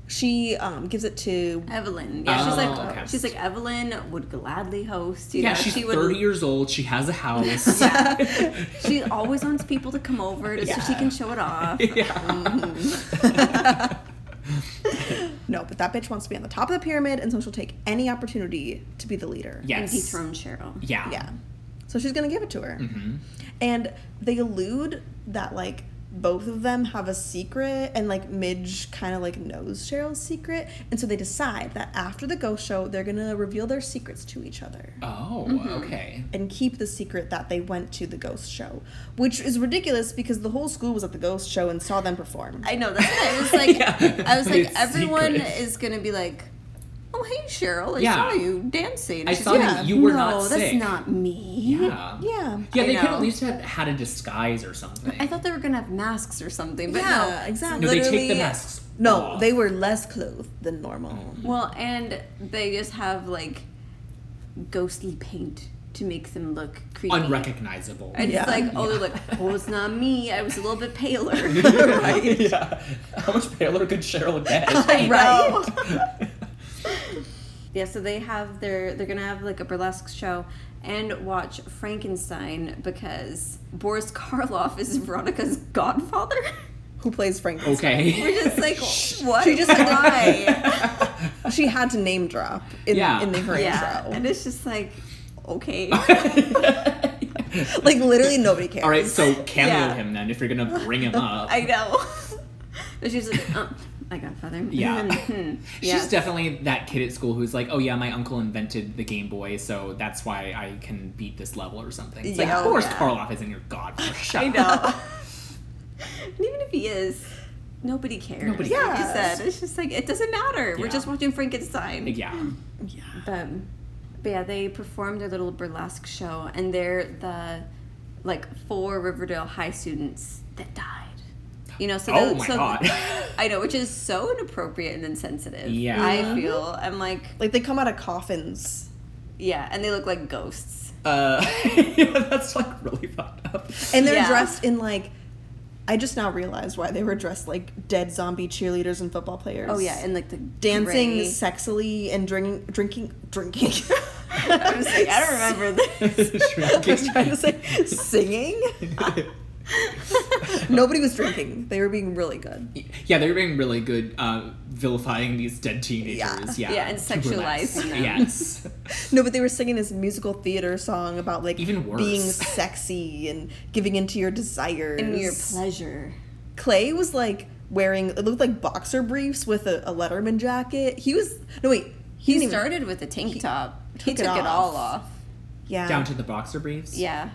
[SPEAKER 3] She um, gives it to
[SPEAKER 1] Evelyn. Yeah. she's
[SPEAKER 2] Oh,
[SPEAKER 1] like,
[SPEAKER 2] okay.
[SPEAKER 1] she's like, Evelyn would gladly host. You
[SPEAKER 2] Yeah.
[SPEAKER 1] know,
[SPEAKER 2] she's
[SPEAKER 1] she would.
[SPEAKER 2] thirty years old. She has a house.
[SPEAKER 1] yeah. she always wants people to come over to, so she can show it off.
[SPEAKER 3] no, but that bitch wants to be on the top of the pyramid, and so she'll take any opportunity to be the leader.
[SPEAKER 1] And
[SPEAKER 2] Yes.
[SPEAKER 1] dethrone Cheryl.
[SPEAKER 2] Yeah.
[SPEAKER 3] Yeah. So she's gonna give it to her.
[SPEAKER 2] Mm-hmm.
[SPEAKER 3] And they allude that like both of them have a secret and like Midge kind of like knows Cheryl's secret. And so they decide that after the ghost show, they're gonna reveal their secrets to each other.
[SPEAKER 2] Oh.
[SPEAKER 1] Mm-hmm.
[SPEAKER 2] Okay.
[SPEAKER 3] And keep the secret that they went to the ghost show, which is ridiculous because the whole school was at the ghost show and saw them perform.
[SPEAKER 1] I know. That's what I was like.
[SPEAKER 2] Yeah.
[SPEAKER 1] I was like,
[SPEAKER 2] It's
[SPEAKER 1] everyone
[SPEAKER 2] secret.
[SPEAKER 1] is gonna be like, "Oh, hey, Cheryl, I
[SPEAKER 2] Yeah.
[SPEAKER 1] saw you dancing."
[SPEAKER 2] I
[SPEAKER 1] She's
[SPEAKER 2] saw
[SPEAKER 1] like,
[SPEAKER 2] that you were
[SPEAKER 1] no,
[SPEAKER 2] not
[SPEAKER 1] that's
[SPEAKER 2] sick.
[SPEAKER 1] not me.
[SPEAKER 2] Yeah.
[SPEAKER 3] yeah.
[SPEAKER 2] Yeah,
[SPEAKER 1] I
[SPEAKER 2] they could
[SPEAKER 1] know.
[SPEAKER 2] at least have had a disguise or something.
[SPEAKER 1] I thought they were gonna have masks or something, but
[SPEAKER 3] Yeah,
[SPEAKER 1] no.
[SPEAKER 3] exactly.
[SPEAKER 2] no, they take the
[SPEAKER 1] literally-
[SPEAKER 2] masks.
[SPEAKER 3] No,
[SPEAKER 2] off.
[SPEAKER 3] they were less clothed than normal.
[SPEAKER 2] Mm.
[SPEAKER 1] Well, and they just have like ghostly paint to make them look creepy.
[SPEAKER 2] unrecognizable.
[SPEAKER 1] And
[SPEAKER 3] Yeah.
[SPEAKER 1] it's like, oh, they're like, oh, it's not me. I was a little bit paler.
[SPEAKER 2] yeah. How much paler could Cheryl get?
[SPEAKER 3] Right?
[SPEAKER 1] yeah, so they have their they're gonna have like a burlesque show and watch Frankenstein because Boris Karloff is Veronica's godfather.
[SPEAKER 3] Who plays Frankenstein?
[SPEAKER 2] okay.
[SPEAKER 1] We're just like, what?
[SPEAKER 3] She just like-
[SPEAKER 1] why?
[SPEAKER 3] She had to name drop in,
[SPEAKER 2] Yeah.
[SPEAKER 3] in the, her
[SPEAKER 1] yeah,
[SPEAKER 3] intro.
[SPEAKER 1] and it's just like, okay.
[SPEAKER 3] Like literally nobody cares.
[SPEAKER 2] All right, so cameo
[SPEAKER 1] Yeah.
[SPEAKER 2] him then if you're gonna bring him up.
[SPEAKER 1] I know. but she's like, um, my godfather.
[SPEAKER 2] Yeah.
[SPEAKER 1] Mhm.
[SPEAKER 2] She's
[SPEAKER 1] Yeah.
[SPEAKER 2] definitely that kid at school who's like, oh yeah, my uncle invented the Game Boy, so that's why I can beat this level or something. It's like,
[SPEAKER 1] Yeah.
[SPEAKER 2] of course
[SPEAKER 1] Yeah.
[SPEAKER 2] Karloff isn't your god. Shut
[SPEAKER 1] I
[SPEAKER 2] up.
[SPEAKER 1] know. and even if he is, nobody cares.
[SPEAKER 2] Nobody
[SPEAKER 1] Like you
[SPEAKER 3] cares.
[SPEAKER 1] said, it's just like it doesn't matter. We're
[SPEAKER 2] Yeah.
[SPEAKER 1] just watching Frankenstein.
[SPEAKER 2] Yeah.
[SPEAKER 1] But, Um, but yeah, they perform their little burlesque show, and they're the like four Riverdale High students that died. You know, so
[SPEAKER 2] Oh
[SPEAKER 1] the-
[SPEAKER 2] my
[SPEAKER 1] so-
[SPEAKER 2] god.
[SPEAKER 1] I know, which is so inappropriate and insensitive.
[SPEAKER 2] Yeah.
[SPEAKER 1] I feel I'm like
[SPEAKER 3] Like they come out of coffins.
[SPEAKER 1] yeah, and they look like ghosts.
[SPEAKER 2] uh, yeah, that's like really fucked up.
[SPEAKER 3] And they're
[SPEAKER 1] Yeah.
[SPEAKER 3] dressed in like I just now realized why they were dressed like dead zombie cheerleaders and football players.
[SPEAKER 1] Oh yeah, and like the
[SPEAKER 3] dancing
[SPEAKER 1] gray-
[SPEAKER 3] sexily and drinking, drinking, drinking.
[SPEAKER 1] I was like, I don't remember this.
[SPEAKER 3] I was trying to say singing. Nobody was drinking. They were being really good.
[SPEAKER 2] yeah, they were being really good uh, vilifying these dead teenagers. Yeah,
[SPEAKER 1] Yeah, and
[SPEAKER 2] to relax.
[SPEAKER 1] sexualizing them.
[SPEAKER 2] Yes.
[SPEAKER 3] No, but they were singing this musical theater song about like
[SPEAKER 2] Even worse.
[SPEAKER 3] being sexy and giving into your desires.
[SPEAKER 1] In your pleasure.
[SPEAKER 3] Clay was like wearing it looked like boxer briefs with a, a Letterman jacket. He was no wait.
[SPEAKER 1] He
[SPEAKER 3] He, didn't even-
[SPEAKER 1] started with a tank top. He
[SPEAKER 3] took
[SPEAKER 1] took
[SPEAKER 3] it
[SPEAKER 1] it,
[SPEAKER 3] off.
[SPEAKER 1] all off.
[SPEAKER 3] yeah.
[SPEAKER 2] Down to the boxer briefs.
[SPEAKER 1] Yeah.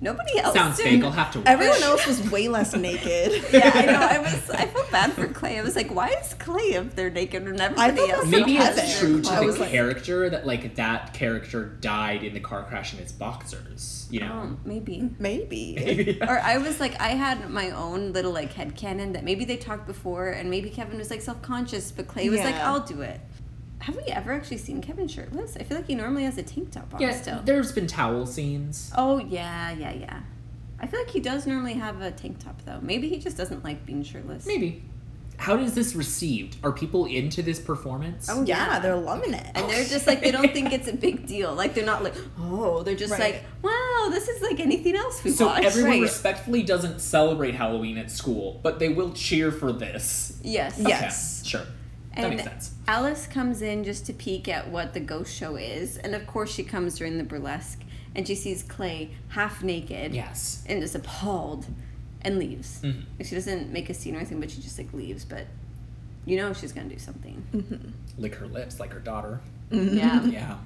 [SPEAKER 1] Nobody else.
[SPEAKER 2] Sounds
[SPEAKER 1] did.
[SPEAKER 2] fake. I'll have to. Watch.
[SPEAKER 3] Everyone else was way less naked.
[SPEAKER 1] Yeah, I know. I was. I felt bad for Clay. I was like, why is Clay up there naked and everybody
[SPEAKER 3] felt
[SPEAKER 1] else?
[SPEAKER 3] bad
[SPEAKER 2] Maybe
[SPEAKER 3] so
[SPEAKER 2] it's
[SPEAKER 3] epic.
[SPEAKER 2] true to
[SPEAKER 3] I
[SPEAKER 2] the
[SPEAKER 3] was like-
[SPEAKER 2] character that like that character died in the car crash in his boxers. You know.
[SPEAKER 1] Oh, maybe.
[SPEAKER 3] Maybe.
[SPEAKER 2] Maybe.
[SPEAKER 1] Or I was like, I had my own little like headcanon that maybe they talked before and maybe Kevin was like self conscious, but Clay was like,
[SPEAKER 3] Yeah.
[SPEAKER 1] I'll do it. Have we ever actually seen Kevin shirtless? I feel like he normally has a tank top on
[SPEAKER 2] yeah,
[SPEAKER 1] still.
[SPEAKER 2] there's been towel scenes.
[SPEAKER 1] Oh yeah, yeah, yeah. I feel like he does normally have a tank top though. Maybe he just doesn't like being shirtless.
[SPEAKER 2] Maybe. How is this received? Are people into this performance?
[SPEAKER 1] Oh
[SPEAKER 3] Yeah, they're loving it.
[SPEAKER 1] And they're just like they don't think it's a big deal. Like they're not like oh, they're just
[SPEAKER 3] Right.
[SPEAKER 1] like wow, this is like anything else we
[SPEAKER 2] So
[SPEAKER 1] watch.
[SPEAKER 2] everyone
[SPEAKER 3] Right.
[SPEAKER 2] respectfully doesn't celebrate Halloween at school, but they will cheer for this.
[SPEAKER 1] Yes.
[SPEAKER 3] Yeah.
[SPEAKER 2] Okay,
[SPEAKER 3] Yes.
[SPEAKER 2] sure. That
[SPEAKER 1] And
[SPEAKER 2] makes sense.
[SPEAKER 1] Alice comes in just to peek at what the ghost show is, and of course she comes during the burlesque, and she sees Clay half naked.
[SPEAKER 2] Yes.
[SPEAKER 1] And is appalled, and leaves. Like, she doesn't make a scene or anything, but she just like leaves. But you know she's gonna do something.
[SPEAKER 2] Lick her lips like her daughter.
[SPEAKER 1] Yeah.
[SPEAKER 2] Yeah.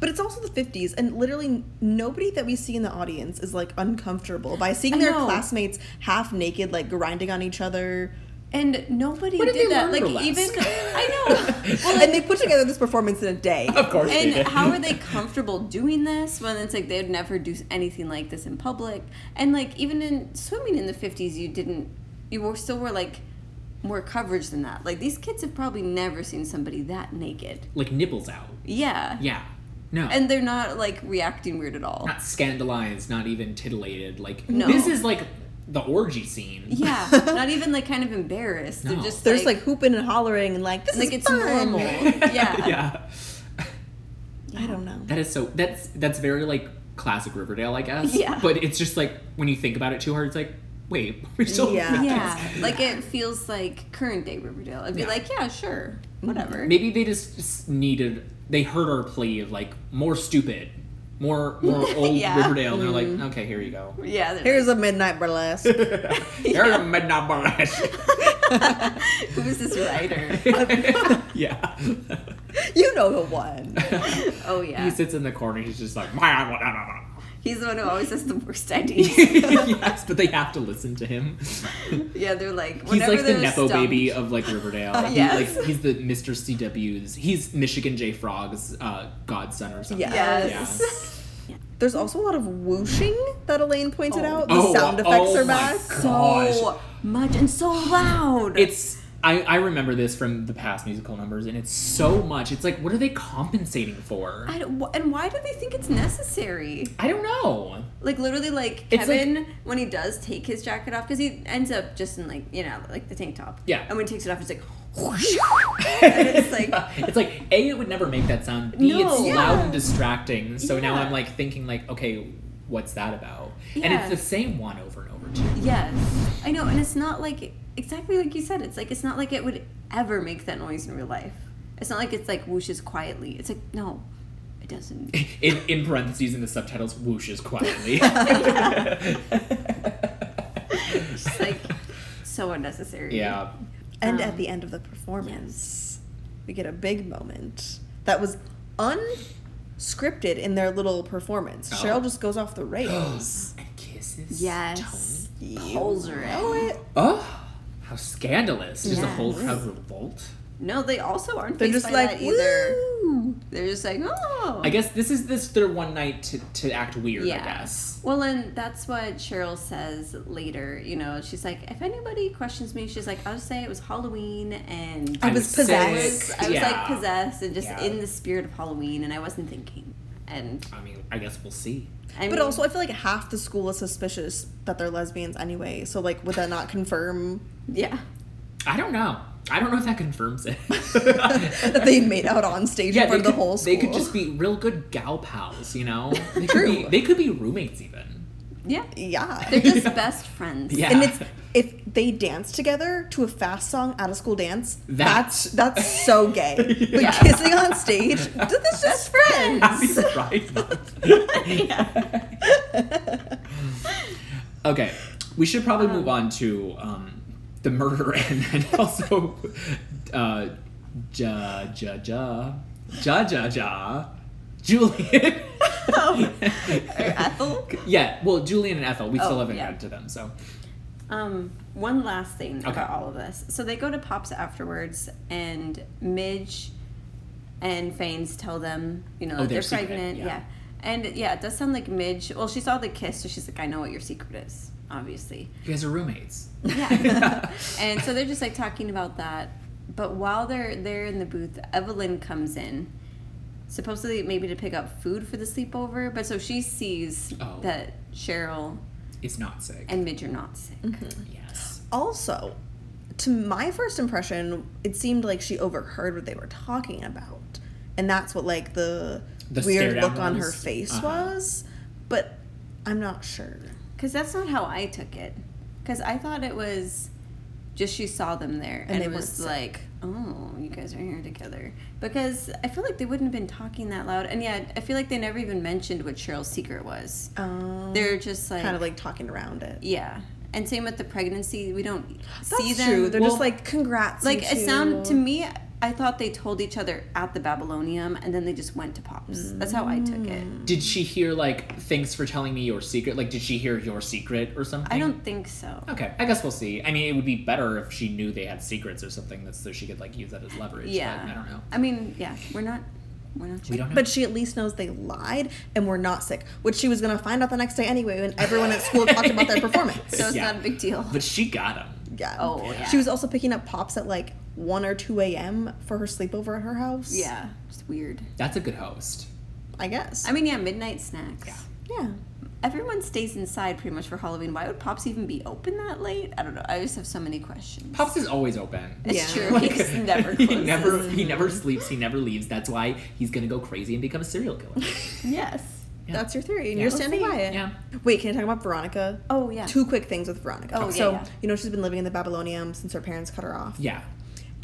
[SPEAKER 3] But it's also the 50s, and literally nobody that we see in the audience is like uncomfortable by seeing
[SPEAKER 1] I
[SPEAKER 3] their
[SPEAKER 1] know.
[SPEAKER 3] classmates half naked, like grinding on each other.
[SPEAKER 1] And nobody
[SPEAKER 2] Where
[SPEAKER 1] did,
[SPEAKER 2] did they
[SPEAKER 1] that.
[SPEAKER 2] learn
[SPEAKER 1] Like
[SPEAKER 2] burlesque?
[SPEAKER 1] even I know.
[SPEAKER 3] and they put together this performance in a day.
[SPEAKER 2] Of course. they
[SPEAKER 1] And
[SPEAKER 2] did.
[SPEAKER 1] how are they comfortable doing this when it's like they'd never do anything like this in public? And like even in swimming in the fifties, you didn't, you were still were like more coverage than that. Like these kids have probably never seen somebody that naked.
[SPEAKER 2] Like nipples out.
[SPEAKER 1] Yeah.
[SPEAKER 2] Yeah. No.
[SPEAKER 1] And they're not like reacting weird at all.
[SPEAKER 2] not scandalized, not even titillated. Like
[SPEAKER 1] No.
[SPEAKER 2] this is like the orgy scene.
[SPEAKER 1] Yeah. Not even like kind of embarrassed.
[SPEAKER 2] No.
[SPEAKER 1] They're just
[SPEAKER 3] They're just like hooping and hollering and like this
[SPEAKER 1] like
[SPEAKER 3] is
[SPEAKER 1] it's
[SPEAKER 3] fun.
[SPEAKER 1] normal. Yeah.
[SPEAKER 2] yeah.
[SPEAKER 3] I don't know.
[SPEAKER 2] That is so that's that's very like classic Riverdale, I guess.
[SPEAKER 1] Yeah.
[SPEAKER 2] But it's just like when you think about it too hard, it's like, wait, we still
[SPEAKER 3] Yeah.
[SPEAKER 2] think
[SPEAKER 1] Yeah.
[SPEAKER 2] this-
[SPEAKER 1] Like it feels like current day Riverdale. I'd be
[SPEAKER 2] Yeah.
[SPEAKER 1] like, yeah, sure, whatever.
[SPEAKER 2] Maybe they just, just needed they heard our plea of like more stupid, more more old
[SPEAKER 1] Yeah. Mm-hmm.
[SPEAKER 2] Riverdale, and they're like, okay, here you go.
[SPEAKER 1] Yeah. they're
[SPEAKER 3] Here's a midnight burlesque.
[SPEAKER 2] They're a midnight burlesque.
[SPEAKER 1] Who's this writer?
[SPEAKER 2] yeah.
[SPEAKER 3] you know the one.
[SPEAKER 1] Oh yeah,
[SPEAKER 2] He
[SPEAKER 1] he's,
[SPEAKER 2] sits in the corner. He's just like,
[SPEAKER 1] the one who always has the worst ideas.
[SPEAKER 2] yes, but they have to listen to him.
[SPEAKER 1] yeah, they're like
[SPEAKER 2] He's
[SPEAKER 1] whenever
[SPEAKER 2] like the
[SPEAKER 1] they're
[SPEAKER 2] nepo
[SPEAKER 1] stumped-
[SPEAKER 2] baby of like Riverdale. He,
[SPEAKER 1] Yes.
[SPEAKER 2] like, he's the Mr. CW's. He's Michigan J. Frog's uh, godson or something.
[SPEAKER 3] Yes.
[SPEAKER 1] Yes.
[SPEAKER 3] There's also a lot of whooshing that Elaine pointed
[SPEAKER 1] Oh.
[SPEAKER 3] out. The
[SPEAKER 2] Oh,
[SPEAKER 3] sound
[SPEAKER 2] oh
[SPEAKER 3] effects are
[SPEAKER 2] my
[SPEAKER 3] back.
[SPEAKER 2] Gosh.
[SPEAKER 1] So much and so loud.
[SPEAKER 2] It's I, I remember this from the past musical numbers, and it's so much. It's like, what are they compensating for?
[SPEAKER 1] I don't, wh- and why do they think it's necessary?
[SPEAKER 2] I don't know.
[SPEAKER 1] Like literally, like
[SPEAKER 2] It's like-
[SPEAKER 1] Kevin when he does take his jacket off because he ends up just in like you know like the tank top.
[SPEAKER 2] Yeah.
[SPEAKER 1] and when he takes it off, it's like, whoosh, and it's like
[SPEAKER 2] It's like A, it would never make that sound. B,
[SPEAKER 1] No.
[SPEAKER 2] it's
[SPEAKER 1] Yeah.
[SPEAKER 2] loud and distracting. So now
[SPEAKER 1] Yeah.
[SPEAKER 2] I'm like thinking like, okay, what's that about? And
[SPEAKER 1] Yeah.
[SPEAKER 2] it's the same one over and over too.
[SPEAKER 1] Yes, I know, and it's not like exactly like you said. It's like it's not like it would ever make that noise in real life. It's not like it's like whooshes quietly. It's like no, it doesn't.
[SPEAKER 2] In, in parentheses in the subtitles, whooshes quietly.
[SPEAKER 1] It's like so unnecessary.
[SPEAKER 2] yeah.
[SPEAKER 3] And
[SPEAKER 1] Um,
[SPEAKER 3] at the end of the performance, we get a big moment that was unscripted in their little performance.
[SPEAKER 2] Oh.
[SPEAKER 3] Cheryl just goes off the rails.
[SPEAKER 2] And kisses.
[SPEAKER 1] Yes.
[SPEAKER 2] Tony.
[SPEAKER 1] Polls are in.
[SPEAKER 3] Oh, it.
[SPEAKER 2] Oh, how scandalous! Does the whole
[SPEAKER 1] Yes.
[SPEAKER 2] crowd revolt?
[SPEAKER 1] No, they also aren't.
[SPEAKER 3] They're
[SPEAKER 1] faced
[SPEAKER 3] just
[SPEAKER 1] by
[SPEAKER 3] like,
[SPEAKER 1] that either.
[SPEAKER 3] "Woo."
[SPEAKER 1] They're just like oh.
[SPEAKER 2] I guess this is this their one night to, to act weird. I guess.
[SPEAKER 1] Well, and that's what Cheryl says later. You know, she's like, if anybody questions me, she's like, I'll just say it was Halloween and
[SPEAKER 3] I was possessed.
[SPEAKER 2] sick.
[SPEAKER 1] I was
[SPEAKER 2] Yeah.
[SPEAKER 1] like possessed and just
[SPEAKER 2] Yeah.
[SPEAKER 1] in the spirit of Halloween, and I wasn't thinking. and
[SPEAKER 2] I mean, I guess we'll see.
[SPEAKER 1] I mean,
[SPEAKER 3] But also, I feel like half the school is suspicious that they're lesbians anyway. So, like, would that not confirm
[SPEAKER 1] yeah,
[SPEAKER 2] I don't know. I don't know if that confirms it.
[SPEAKER 3] that they made out on stage in
[SPEAKER 2] they
[SPEAKER 3] front of
[SPEAKER 2] could,
[SPEAKER 3] the whole school?
[SPEAKER 2] they could just be real good gal pals, you know. They
[SPEAKER 3] True.
[SPEAKER 2] Could be, they could be roommates even.
[SPEAKER 1] yeah,
[SPEAKER 3] yeah.
[SPEAKER 1] they're just best friends.
[SPEAKER 2] Yeah.
[SPEAKER 3] And it's if they dance together to a fast song at a school dance,
[SPEAKER 2] That's-
[SPEAKER 3] that's that's so gay. But
[SPEAKER 2] Yeah.
[SPEAKER 3] kissing on stage, that's just
[SPEAKER 2] Happy
[SPEAKER 3] friends.
[SPEAKER 2] Pride Month. okay, we should probably move on to um, the murder and then also uh, ja ja ja ja ja ja Julian.
[SPEAKER 3] Oh,
[SPEAKER 1] Or Ethel.
[SPEAKER 2] yeah, well, Julian and Ethel. We still
[SPEAKER 1] Oh,
[SPEAKER 2] haven't
[SPEAKER 1] yeah.
[SPEAKER 2] gotten to them, so
[SPEAKER 1] Um, one last thing
[SPEAKER 2] Okay.
[SPEAKER 1] about all of this. So they go to Pops afterwards, and Midge and Fanes tell them, you know,
[SPEAKER 2] Oh,
[SPEAKER 1] that
[SPEAKER 2] their
[SPEAKER 1] they're
[SPEAKER 2] secret,
[SPEAKER 1] pregnant.
[SPEAKER 2] yeah.
[SPEAKER 1] Yeah. And yeah, it does sound like Midge. Well, she saw the kiss, so she's like, I know what your secret is, obviously.
[SPEAKER 2] you guys are roommates.
[SPEAKER 1] Yeah. and so they're just like talking about that. But while they're they're in the booth, Evelyn comes in, supposedly maybe to pick up food for the sleepover. But so she sees
[SPEAKER 2] Oh.
[SPEAKER 1] that Cheryl
[SPEAKER 2] It's not sick.
[SPEAKER 1] and Midge are not sick.
[SPEAKER 2] yes.
[SPEAKER 3] Also, to my first impression, it seemed like she overheard what they were talking about, and that's what like the,
[SPEAKER 2] The stare
[SPEAKER 3] weird
[SPEAKER 2] down
[SPEAKER 3] look on her
[SPEAKER 2] was-
[SPEAKER 3] face
[SPEAKER 2] uh-huh.
[SPEAKER 3] was. But I'm not sure.
[SPEAKER 1] Because that's not how I took it. Because I thought it was just she saw them there and,
[SPEAKER 3] And they
[SPEAKER 1] it was
[SPEAKER 3] weren't
[SPEAKER 1] like, oh, you guys are here together. Because I feel like they wouldn't have been talking that loud. And yeah, I feel like they never even mentioned what Cheryl's secret was.
[SPEAKER 3] Um,
[SPEAKER 1] They're just like,
[SPEAKER 3] kind of like talking around it.
[SPEAKER 1] yeah. And same with the pregnancy. We don't
[SPEAKER 3] That's
[SPEAKER 1] see them.
[SPEAKER 3] true. They're
[SPEAKER 2] Well,
[SPEAKER 3] just like congrats.
[SPEAKER 1] like,
[SPEAKER 3] you
[SPEAKER 1] it sounded to
[SPEAKER 3] two."
[SPEAKER 1] me, I thought they told each other at the Babylonium and then they just went to Pops. That's how I took it.
[SPEAKER 2] Did she hear like thanks for telling me your secret? Like, did she hear your secret or something?
[SPEAKER 3] Mm.
[SPEAKER 1] I don't think so.
[SPEAKER 2] Okay, I guess we'll see. I mean, it would be better if she knew they had secrets or something, that so she could like use that as leverage. but
[SPEAKER 1] Yeah.
[SPEAKER 2] I don't know.
[SPEAKER 1] I mean, yeah, we're not, we're not
[SPEAKER 2] We don't know.
[SPEAKER 3] But she at least knows they lied and were not sick, which she was going to find out the next day anyway when everyone at school talked about their performance.
[SPEAKER 1] So it's
[SPEAKER 2] Yeah.
[SPEAKER 1] not a big deal.
[SPEAKER 2] But she got him.
[SPEAKER 3] Yeah.
[SPEAKER 1] Oh, yeah.
[SPEAKER 3] She was also picking up pops at like 1 or 2 a.m. for her sleepover at her house.
[SPEAKER 1] Yeah, it's weird.
[SPEAKER 2] That's a good host.
[SPEAKER 3] I guess.
[SPEAKER 1] I mean, yeah, midnight snacks.
[SPEAKER 3] yeah.
[SPEAKER 1] Everyone stays inside pretty much for Halloween. Why would Pops even be open that late? I don't know. I just have so many questions.
[SPEAKER 2] Pops is always open.
[SPEAKER 1] It's
[SPEAKER 3] Yeah.
[SPEAKER 1] true. He's never
[SPEAKER 2] he
[SPEAKER 1] closes.
[SPEAKER 2] never he never sleeps. He never leaves. That's why he's gonna go crazy and become a serial killer.
[SPEAKER 1] Yes.
[SPEAKER 3] That's your theory, and
[SPEAKER 2] Yeah.
[SPEAKER 3] you're standing by it.
[SPEAKER 2] Yeah.
[SPEAKER 3] Wait, can I talk about Veronica?
[SPEAKER 1] Oh yeah.
[SPEAKER 3] Two quick things with Veronica.
[SPEAKER 1] Oh, yeah,
[SPEAKER 3] so,
[SPEAKER 1] yeah.
[SPEAKER 3] you know, she's been living in the Babylonium since her parents cut her off.
[SPEAKER 2] Yeah.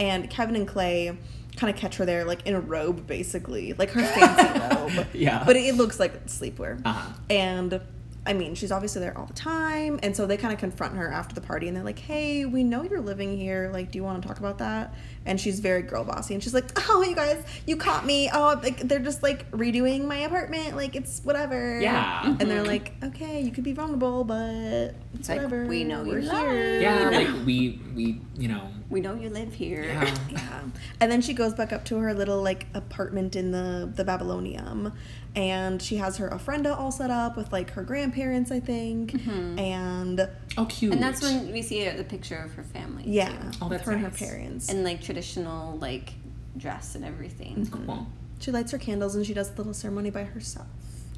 [SPEAKER 3] And Kevin and Clay kind of catch her there, like in a robe, basically. Like her fancy robe.
[SPEAKER 2] Yeah.
[SPEAKER 3] But it looks like sleepwear.
[SPEAKER 2] Uh-huh.
[SPEAKER 3] And I mean, she's obviously there all the time. And so they kind of confront her after the party and they're like, hey, we know you're living here. Like, do you want to talk about that? And she's very girl bossy. And she's like, oh, you guys, you caught me. Oh, like, they're just like redoing my apartment. Like, it's whatever.
[SPEAKER 2] Yeah.
[SPEAKER 3] And they're like, okay, you could be vulnerable, but it's
[SPEAKER 1] like,
[SPEAKER 3] whatever.
[SPEAKER 1] we know
[SPEAKER 3] We're
[SPEAKER 1] you lied."
[SPEAKER 3] here.
[SPEAKER 2] Yeah. Like we we you know.
[SPEAKER 1] we know you live here.
[SPEAKER 2] Yeah.
[SPEAKER 3] Yeah. And then she goes back up to her little like apartment in the the Babylonium and she has her ofrenda all set up with like her grandparents, I think.
[SPEAKER 2] Mm-hmm.
[SPEAKER 3] And
[SPEAKER 2] Oh, cute.
[SPEAKER 1] And that's when we see the picture of her family.
[SPEAKER 3] yeah,
[SPEAKER 2] Oh,
[SPEAKER 3] with
[SPEAKER 2] that's
[SPEAKER 3] her and
[SPEAKER 2] nice.
[SPEAKER 3] her parents.
[SPEAKER 1] And like traditional like dress and everything.
[SPEAKER 2] Cool.
[SPEAKER 3] she lights her candles and she does the little ceremony by herself.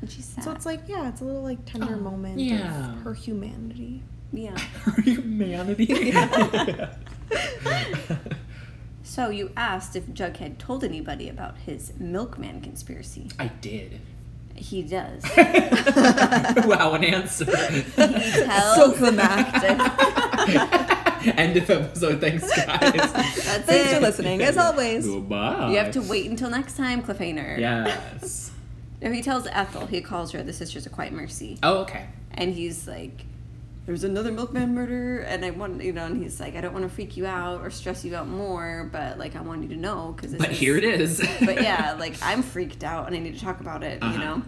[SPEAKER 1] And she's sad.
[SPEAKER 3] So it's like, yeah, it's a little like tender moment
[SPEAKER 2] Oh, yeah.
[SPEAKER 3] of her humanity.
[SPEAKER 1] yeah.
[SPEAKER 2] Humanity.
[SPEAKER 1] So you asked if Jughead told anybody about his milkman conspiracy.
[SPEAKER 2] I did.
[SPEAKER 1] He does.
[SPEAKER 2] wow, an answer.
[SPEAKER 1] Tells
[SPEAKER 3] So climactic.
[SPEAKER 2] End of episode. Thanks, guys.
[SPEAKER 1] That's
[SPEAKER 3] Thanks
[SPEAKER 1] it.
[SPEAKER 3] for listening. As always,
[SPEAKER 2] Goodbye.
[SPEAKER 1] You have to wait until next time, cliffhanger.
[SPEAKER 2] Yes.
[SPEAKER 1] No, he tells Ethel, he calls her the Sisters of Quiet Mercy.
[SPEAKER 2] Oh, okay.
[SPEAKER 1] And he's like, There's another milkman murder. And I want, you know, and he's like, I don't want to freak you out or stress you out more, but like, I want you to know because
[SPEAKER 2] But here it is.
[SPEAKER 1] but yeah, like, I'm freaked out and I need to talk about it,
[SPEAKER 2] Uh-huh.
[SPEAKER 1] you know?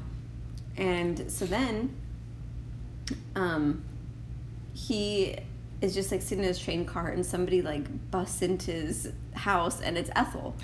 [SPEAKER 1] And so then, um, he is just like sitting in his train car and somebody like busts into his house and it's Ethel.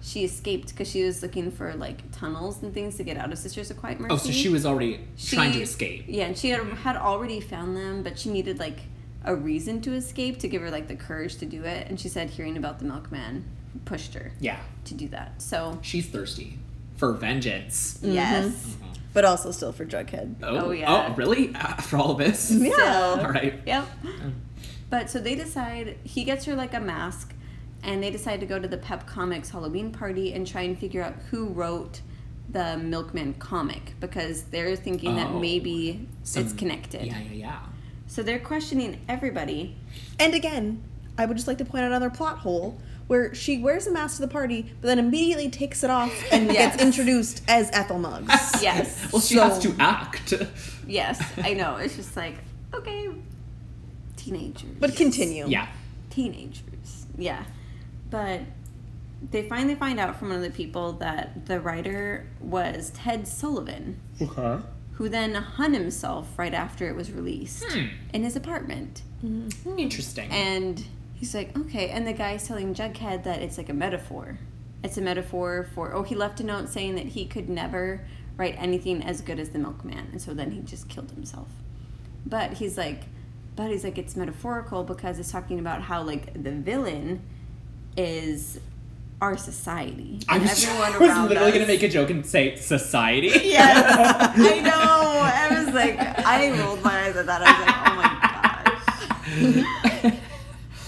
[SPEAKER 1] she escaped because she was looking for like tunnels and things to get out of Sisters of Quiet Mercy.
[SPEAKER 2] Oh, so she was already
[SPEAKER 1] She-
[SPEAKER 2] trying to escape.
[SPEAKER 1] Yeah, and she had, had already found them, but she needed like a reason to escape to give her like the courage to do it. And she said hearing about the milkman pushed her
[SPEAKER 2] Yeah.
[SPEAKER 1] to do that. So
[SPEAKER 2] She's thirsty. for vengeance.
[SPEAKER 1] Mm-hmm. Yes.
[SPEAKER 3] but also still for Jughead.
[SPEAKER 2] Oh,
[SPEAKER 1] Oh, yeah.
[SPEAKER 2] Oh, really? After all this?
[SPEAKER 3] Yeah.
[SPEAKER 1] So,
[SPEAKER 2] All right.
[SPEAKER 1] Yep.
[SPEAKER 2] Mm.
[SPEAKER 1] But so they decide he gets her like a mask, and they decide to go to the Pep Comics Halloween party and try and figure out who wrote the Milkman comic because they're thinking that
[SPEAKER 2] Oh.
[SPEAKER 1] maybe it's
[SPEAKER 2] Some-
[SPEAKER 1] connected.
[SPEAKER 2] Yeah, yeah, yeah.
[SPEAKER 1] So they're questioning everybody.
[SPEAKER 3] And again, I would just like to point out another plot hole where she wears a mask to the party, but then immediately takes it off and
[SPEAKER 1] Yes.
[SPEAKER 3] gets introduced as Ethel Muggs.
[SPEAKER 1] Yes.
[SPEAKER 2] Well, she
[SPEAKER 3] So-
[SPEAKER 2] has to act.
[SPEAKER 1] Yes, I know. It's just like okay, teenagers.
[SPEAKER 3] But continue.
[SPEAKER 2] Yeah.
[SPEAKER 1] teenagers. Yeah. But they finally find out from one of the people that the writer was Ted Sullivan,
[SPEAKER 2] Okay.
[SPEAKER 1] who then hung himself right after it was released in his apartment.
[SPEAKER 2] Hmm, Interesting.
[SPEAKER 1] And he's like, okay. And the guy's telling Jughead that it's like a metaphor. It's a metaphor for, oh, he left a note saying that he could never write anything as good as The Milkman. And so then he just killed himself. But he's like, but he's like, it's metaphorical because it's talking about how, like, the villain is our society.
[SPEAKER 2] I
[SPEAKER 1] And
[SPEAKER 2] was, I
[SPEAKER 1] everyone
[SPEAKER 2] was
[SPEAKER 1] around
[SPEAKER 2] literally
[SPEAKER 1] us-
[SPEAKER 2] gonna make a joke and say society.
[SPEAKER 1] Yes, I know. I was like, I rolled my eyes at that. I was like, oh my gosh. "Oh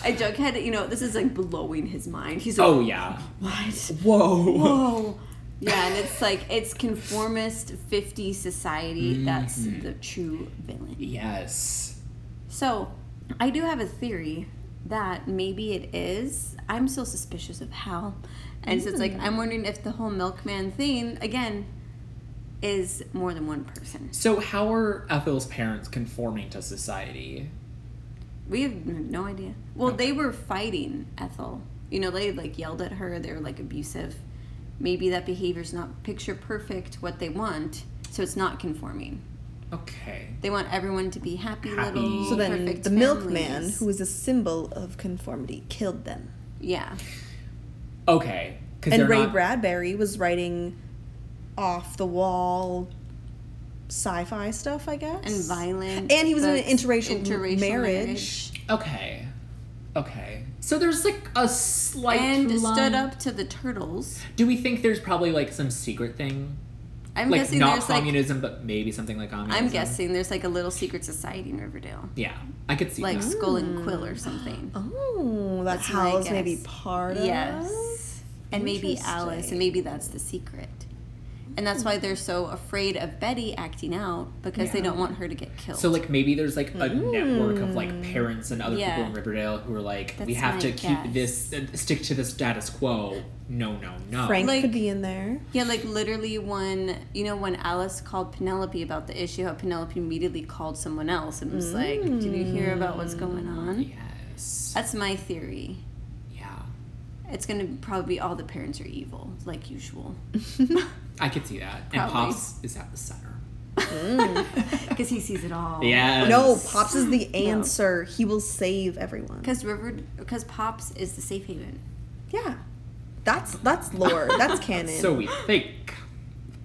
[SPEAKER 1] I Jughead, you know, this is like blowing his mind. He's like,
[SPEAKER 2] oh yeah.
[SPEAKER 1] what?
[SPEAKER 2] Whoa.
[SPEAKER 1] Whoa. Yeah, and it's like it's conformist 50 society that's
[SPEAKER 2] Mm-hmm.
[SPEAKER 1] the true villain.
[SPEAKER 2] Yes.
[SPEAKER 1] So, I do have a theory that maybe it is. I'm still suspicious of Hal. And so it's like
[SPEAKER 2] Mm.
[SPEAKER 1] I'm wondering if the whole milkman thing again is more than one person.
[SPEAKER 2] So how are Ethel's parents conforming to society?
[SPEAKER 1] We have no idea. Well, they were fighting Ethel. You know, they like yelled at her. They were like abusive. Maybe that behavior's not picture perfect what they want, so it's not conforming.
[SPEAKER 2] Okay.
[SPEAKER 1] They want everyone to be happy,
[SPEAKER 2] Happy.
[SPEAKER 1] little
[SPEAKER 3] So then
[SPEAKER 1] perfect
[SPEAKER 3] the milkman,
[SPEAKER 1] families.
[SPEAKER 3] who is a symbol of conformity, killed them.
[SPEAKER 1] yeah,
[SPEAKER 2] Okay. 'Cause
[SPEAKER 3] and
[SPEAKER 2] they're
[SPEAKER 3] Ray
[SPEAKER 2] not-
[SPEAKER 3] Bradbury was writing off the wall sci-fi stuff, I guess.
[SPEAKER 1] and violent,
[SPEAKER 3] And he was in an
[SPEAKER 1] books,
[SPEAKER 3] interracial marriage.
[SPEAKER 2] Okay. Okay. So there's like a slight
[SPEAKER 1] and
[SPEAKER 2] line-
[SPEAKER 1] stood up to the turtles.
[SPEAKER 2] Do we think there's probably like some secret thing?
[SPEAKER 1] I'm
[SPEAKER 2] Like
[SPEAKER 1] guessing
[SPEAKER 2] not
[SPEAKER 1] there's like
[SPEAKER 2] communism, but maybe something like communism.
[SPEAKER 1] I'm guessing there's like a little secret society in Riverdale,
[SPEAKER 2] Yeah. I could see
[SPEAKER 1] like
[SPEAKER 2] that.
[SPEAKER 1] Skull
[SPEAKER 3] Hmm.
[SPEAKER 1] and Quill or something.
[SPEAKER 3] Oh, that's,
[SPEAKER 1] That's my
[SPEAKER 3] how it's maybe
[SPEAKER 1] guess.
[SPEAKER 3] part of.
[SPEAKER 1] Yes. And maybe Alice, and maybe that's the secret. And that's why they're so afraid of Betty acting out because they
[SPEAKER 2] Yeah.
[SPEAKER 1] don't want her to get killed.
[SPEAKER 2] So like maybe there's like a network of like parents and other
[SPEAKER 1] Hmm. Yeah.
[SPEAKER 2] people in Riverdale who are like, we
[SPEAKER 1] That's
[SPEAKER 2] have to
[SPEAKER 1] my
[SPEAKER 2] keep
[SPEAKER 1] guess.
[SPEAKER 2] this, uh, stick to the status quo. No, no, no.
[SPEAKER 3] Frank
[SPEAKER 1] Like-
[SPEAKER 3] could be in there.
[SPEAKER 1] yeah, like literally when you know when Alice called Penelope about the issue, how Penelope immediately called someone else and was like, "Did you hear about what's going on?"
[SPEAKER 2] Yes.
[SPEAKER 1] That's my theory.
[SPEAKER 2] Yeah.
[SPEAKER 1] It's gonna probably be all the parents are evil, like usual,
[SPEAKER 2] I could see that. And
[SPEAKER 1] Probably.
[SPEAKER 2] Pops is at the center. Mm.
[SPEAKER 1] because he sees it all.
[SPEAKER 2] Yes.
[SPEAKER 3] No, Pops is the answer. He will save everyone.
[SPEAKER 1] Because River, because Pops is the safe haven.
[SPEAKER 3] Yeah, that's that's lore. That's canon.
[SPEAKER 2] So we think.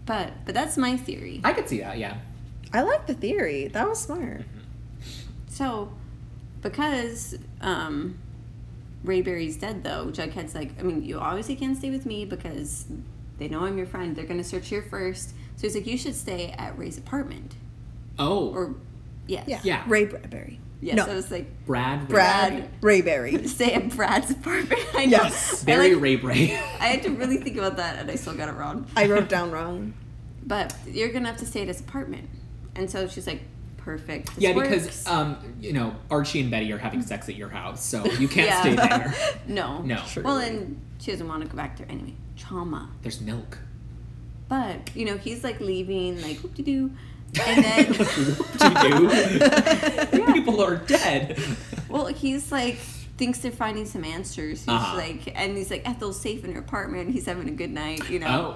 [SPEAKER 1] But but that's my theory.
[SPEAKER 2] I could see that, yeah.
[SPEAKER 3] I like the theory. That was smart.
[SPEAKER 1] So, because um, Rayberry's dead, though, Jughead's like, I mean, you obviously can't stay with me because they know I'm your friend. They're going to search here first. So he's like, you should stay at Ray's apartment.
[SPEAKER 2] Oh.
[SPEAKER 1] Or, yes.
[SPEAKER 3] Yeah.
[SPEAKER 2] Yeah.
[SPEAKER 3] Ray Bradbury.
[SPEAKER 1] Yes.
[SPEAKER 3] No.
[SPEAKER 1] So it's like,
[SPEAKER 2] Brad.
[SPEAKER 3] Brad Rayberry.
[SPEAKER 1] stay at Brad's apartment. I know.
[SPEAKER 3] Yes.
[SPEAKER 2] Barry
[SPEAKER 1] I, like,
[SPEAKER 2] Ray Bray.
[SPEAKER 1] I had to really think about that, and I still got it wrong.
[SPEAKER 3] I wrote down wrong.
[SPEAKER 1] But you're going to have to stay at his apartment. And so she's like, perfect. This
[SPEAKER 2] yeah, because
[SPEAKER 1] works. Mm-hmm.
[SPEAKER 2] um, you know, Archie and Betty are having sex at your house, so you can't
[SPEAKER 1] Yeah.
[SPEAKER 2] stay there.
[SPEAKER 1] no.
[SPEAKER 2] no.
[SPEAKER 1] Well, and she doesn't want to go back there anyway. Trauma.
[SPEAKER 2] There's milk.
[SPEAKER 1] But you know, he's like leaving, like whoop de doo, and then
[SPEAKER 2] Whoop-de-doo. People are dead.
[SPEAKER 1] well, he's like thinks they're finding some answers. He's
[SPEAKER 2] Uh-huh.
[SPEAKER 1] like, and he's like Ethel's safe in her apartment. He's having a good night, you know.
[SPEAKER 2] Oh,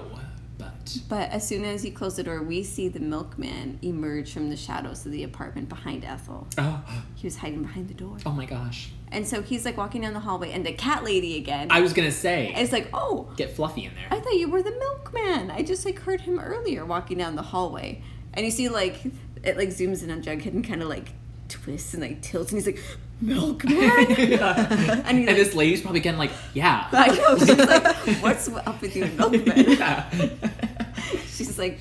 [SPEAKER 2] but
[SPEAKER 1] But as soon as you close the door, we see the milkman emerge from the shadows of the apartment behind Ethel.
[SPEAKER 2] oh,
[SPEAKER 1] He was hiding behind the door,
[SPEAKER 2] oh my gosh!
[SPEAKER 1] and so he's like walking down the hallway, and the cat lady again
[SPEAKER 2] I was gonna say
[SPEAKER 1] is like, "Oh,
[SPEAKER 2] get Fluffy in there.
[SPEAKER 1] I thought you were the milkman. I just like heard him earlier walking down the hallway. And you see like it like zooms in on Jughead and kind of like twists and like tilts and he's like milkman.
[SPEAKER 2] and
[SPEAKER 1] he's like-
[SPEAKER 2] this lady's probably getting like, yeah,
[SPEAKER 1] I know she's like, what's up with you, milkman?
[SPEAKER 2] yeah.
[SPEAKER 1] She's like,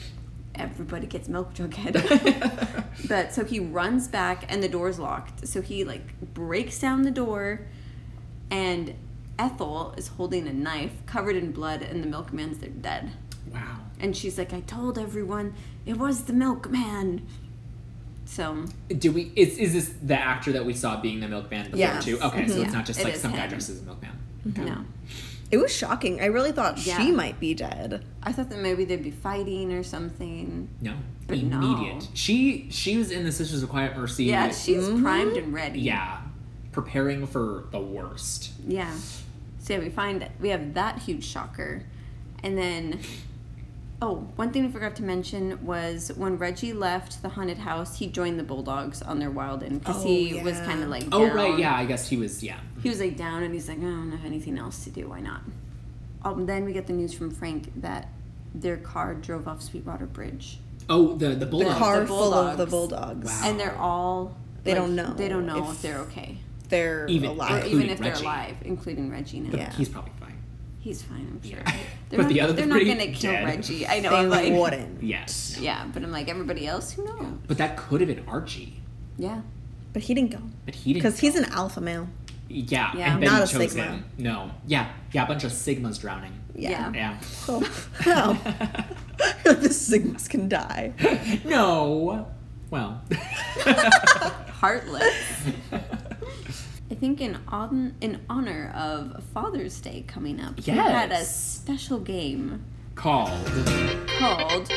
[SPEAKER 1] everybody gets milk drughead. but so he runs back and the door's locked. So he like breaks down the door and Ethel is holding a knife covered in blood and the milkman's they're dead.
[SPEAKER 2] wow.
[SPEAKER 1] And she's like, I told everyone it was the milkman. So
[SPEAKER 2] Do we? Is is this the actor that we saw being the milkman before
[SPEAKER 3] Yes.
[SPEAKER 2] too? Okay, so it's
[SPEAKER 1] Yeah,
[SPEAKER 2] not just
[SPEAKER 1] Mm-hmm. it
[SPEAKER 2] like
[SPEAKER 1] is
[SPEAKER 2] some guy
[SPEAKER 1] him.
[SPEAKER 2] dressed as a milkman.
[SPEAKER 1] no.
[SPEAKER 3] It was shocking. I really thought
[SPEAKER 1] Yeah.
[SPEAKER 3] she might be dead.
[SPEAKER 1] I thought that maybe they'd be fighting or something.
[SPEAKER 2] No,
[SPEAKER 1] But no.
[SPEAKER 2] immediate. She she was in the Sisters of Quiet Mercy.
[SPEAKER 1] Yeah, she's primed and ready.
[SPEAKER 2] Mm-hmm. yeah, preparing for the worst.
[SPEAKER 1] Yeah. So yeah, we find we have that huge shocker, and then, oh, one thing we forgot to mention was when Reggie left the haunted house, he joined the Bulldogs on their wild end because
[SPEAKER 3] Oh,
[SPEAKER 1] he was
[SPEAKER 3] yeah.
[SPEAKER 1] kind of like
[SPEAKER 2] Oh
[SPEAKER 1] down.
[SPEAKER 2] right, yeah. I guess he was. Yeah,
[SPEAKER 1] He was like down, and he's like, I don't have anything else to do. Why not? Um, then we get the news from Frank that their car drove off Sweetwater Bridge,
[SPEAKER 2] Oh, the the bulldog.
[SPEAKER 3] The car full of
[SPEAKER 1] bulldogs.
[SPEAKER 3] the bulldogs.
[SPEAKER 2] Wow.
[SPEAKER 1] and they're all
[SPEAKER 3] They don't know
[SPEAKER 1] They don't know if,
[SPEAKER 3] if-
[SPEAKER 1] they're okay,
[SPEAKER 3] They're
[SPEAKER 2] Even-
[SPEAKER 1] or
[SPEAKER 3] alive.
[SPEAKER 2] Including
[SPEAKER 1] even if they're
[SPEAKER 2] Reggie.
[SPEAKER 1] alive, including Reggie. Now.
[SPEAKER 3] Yeah.
[SPEAKER 2] He's probably fine.
[SPEAKER 1] He's fine, I'm sure.
[SPEAKER 2] Yeah.
[SPEAKER 1] They're
[SPEAKER 2] But
[SPEAKER 1] not,
[SPEAKER 2] the other
[SPEAKER 1] they're not
[SPEAKER 2] three,
[SPEAKER 1] gonna kill
[SPEAKER 2] dead.
[SPEAKER 1] Reggie. I know.
[SPEAKER 3] They
[SPEAKER 1] I'm like,
[SPEAKER 3] wouldn't.
[SPEAKER 2] Yes.
[SPEAKER 1] Yeah, but I'm like everybody else. Who knows?
[SPEAKER 2] But that could have been Archie.
[SPEAKER 1] Yeah.
[SPEAKER 3] But he didn't go
[SPEAKER 2] But he didn't.
[SPEAKER 3] because he's an alpha male.
[SPEAKER 2] Yeah,
[SPEAKER 1] Yeah.
[SPEAKER 2] and then
[SPEAKER 3] Not
[SPEAKER 2] he
[SPEAKER 3] a
[SPEAKER 2] chose
[SPEAKER 3] Sigma.
[SPEAKER 2] him. No. Yeah. Yeah, a bunch of Sigmas drowning.
[SPEAKER 1] Yeah.
[SPEAKER 2] Yeah.
[SPEAKER 3] Oh, wow.
[SPEAKER 1] Oh.
[SPEAKER 3] the Sigmas can die.
[SPEAKER 2] no. Well.
[SPEAKER 1] Heartless. I think in on, in honor of Father's Day coming up, we had a
[SPEAKER 2] Yes.
[SPEAKER 1] special game
[SPEAKER 2] Called.
[SPEAKER 1] called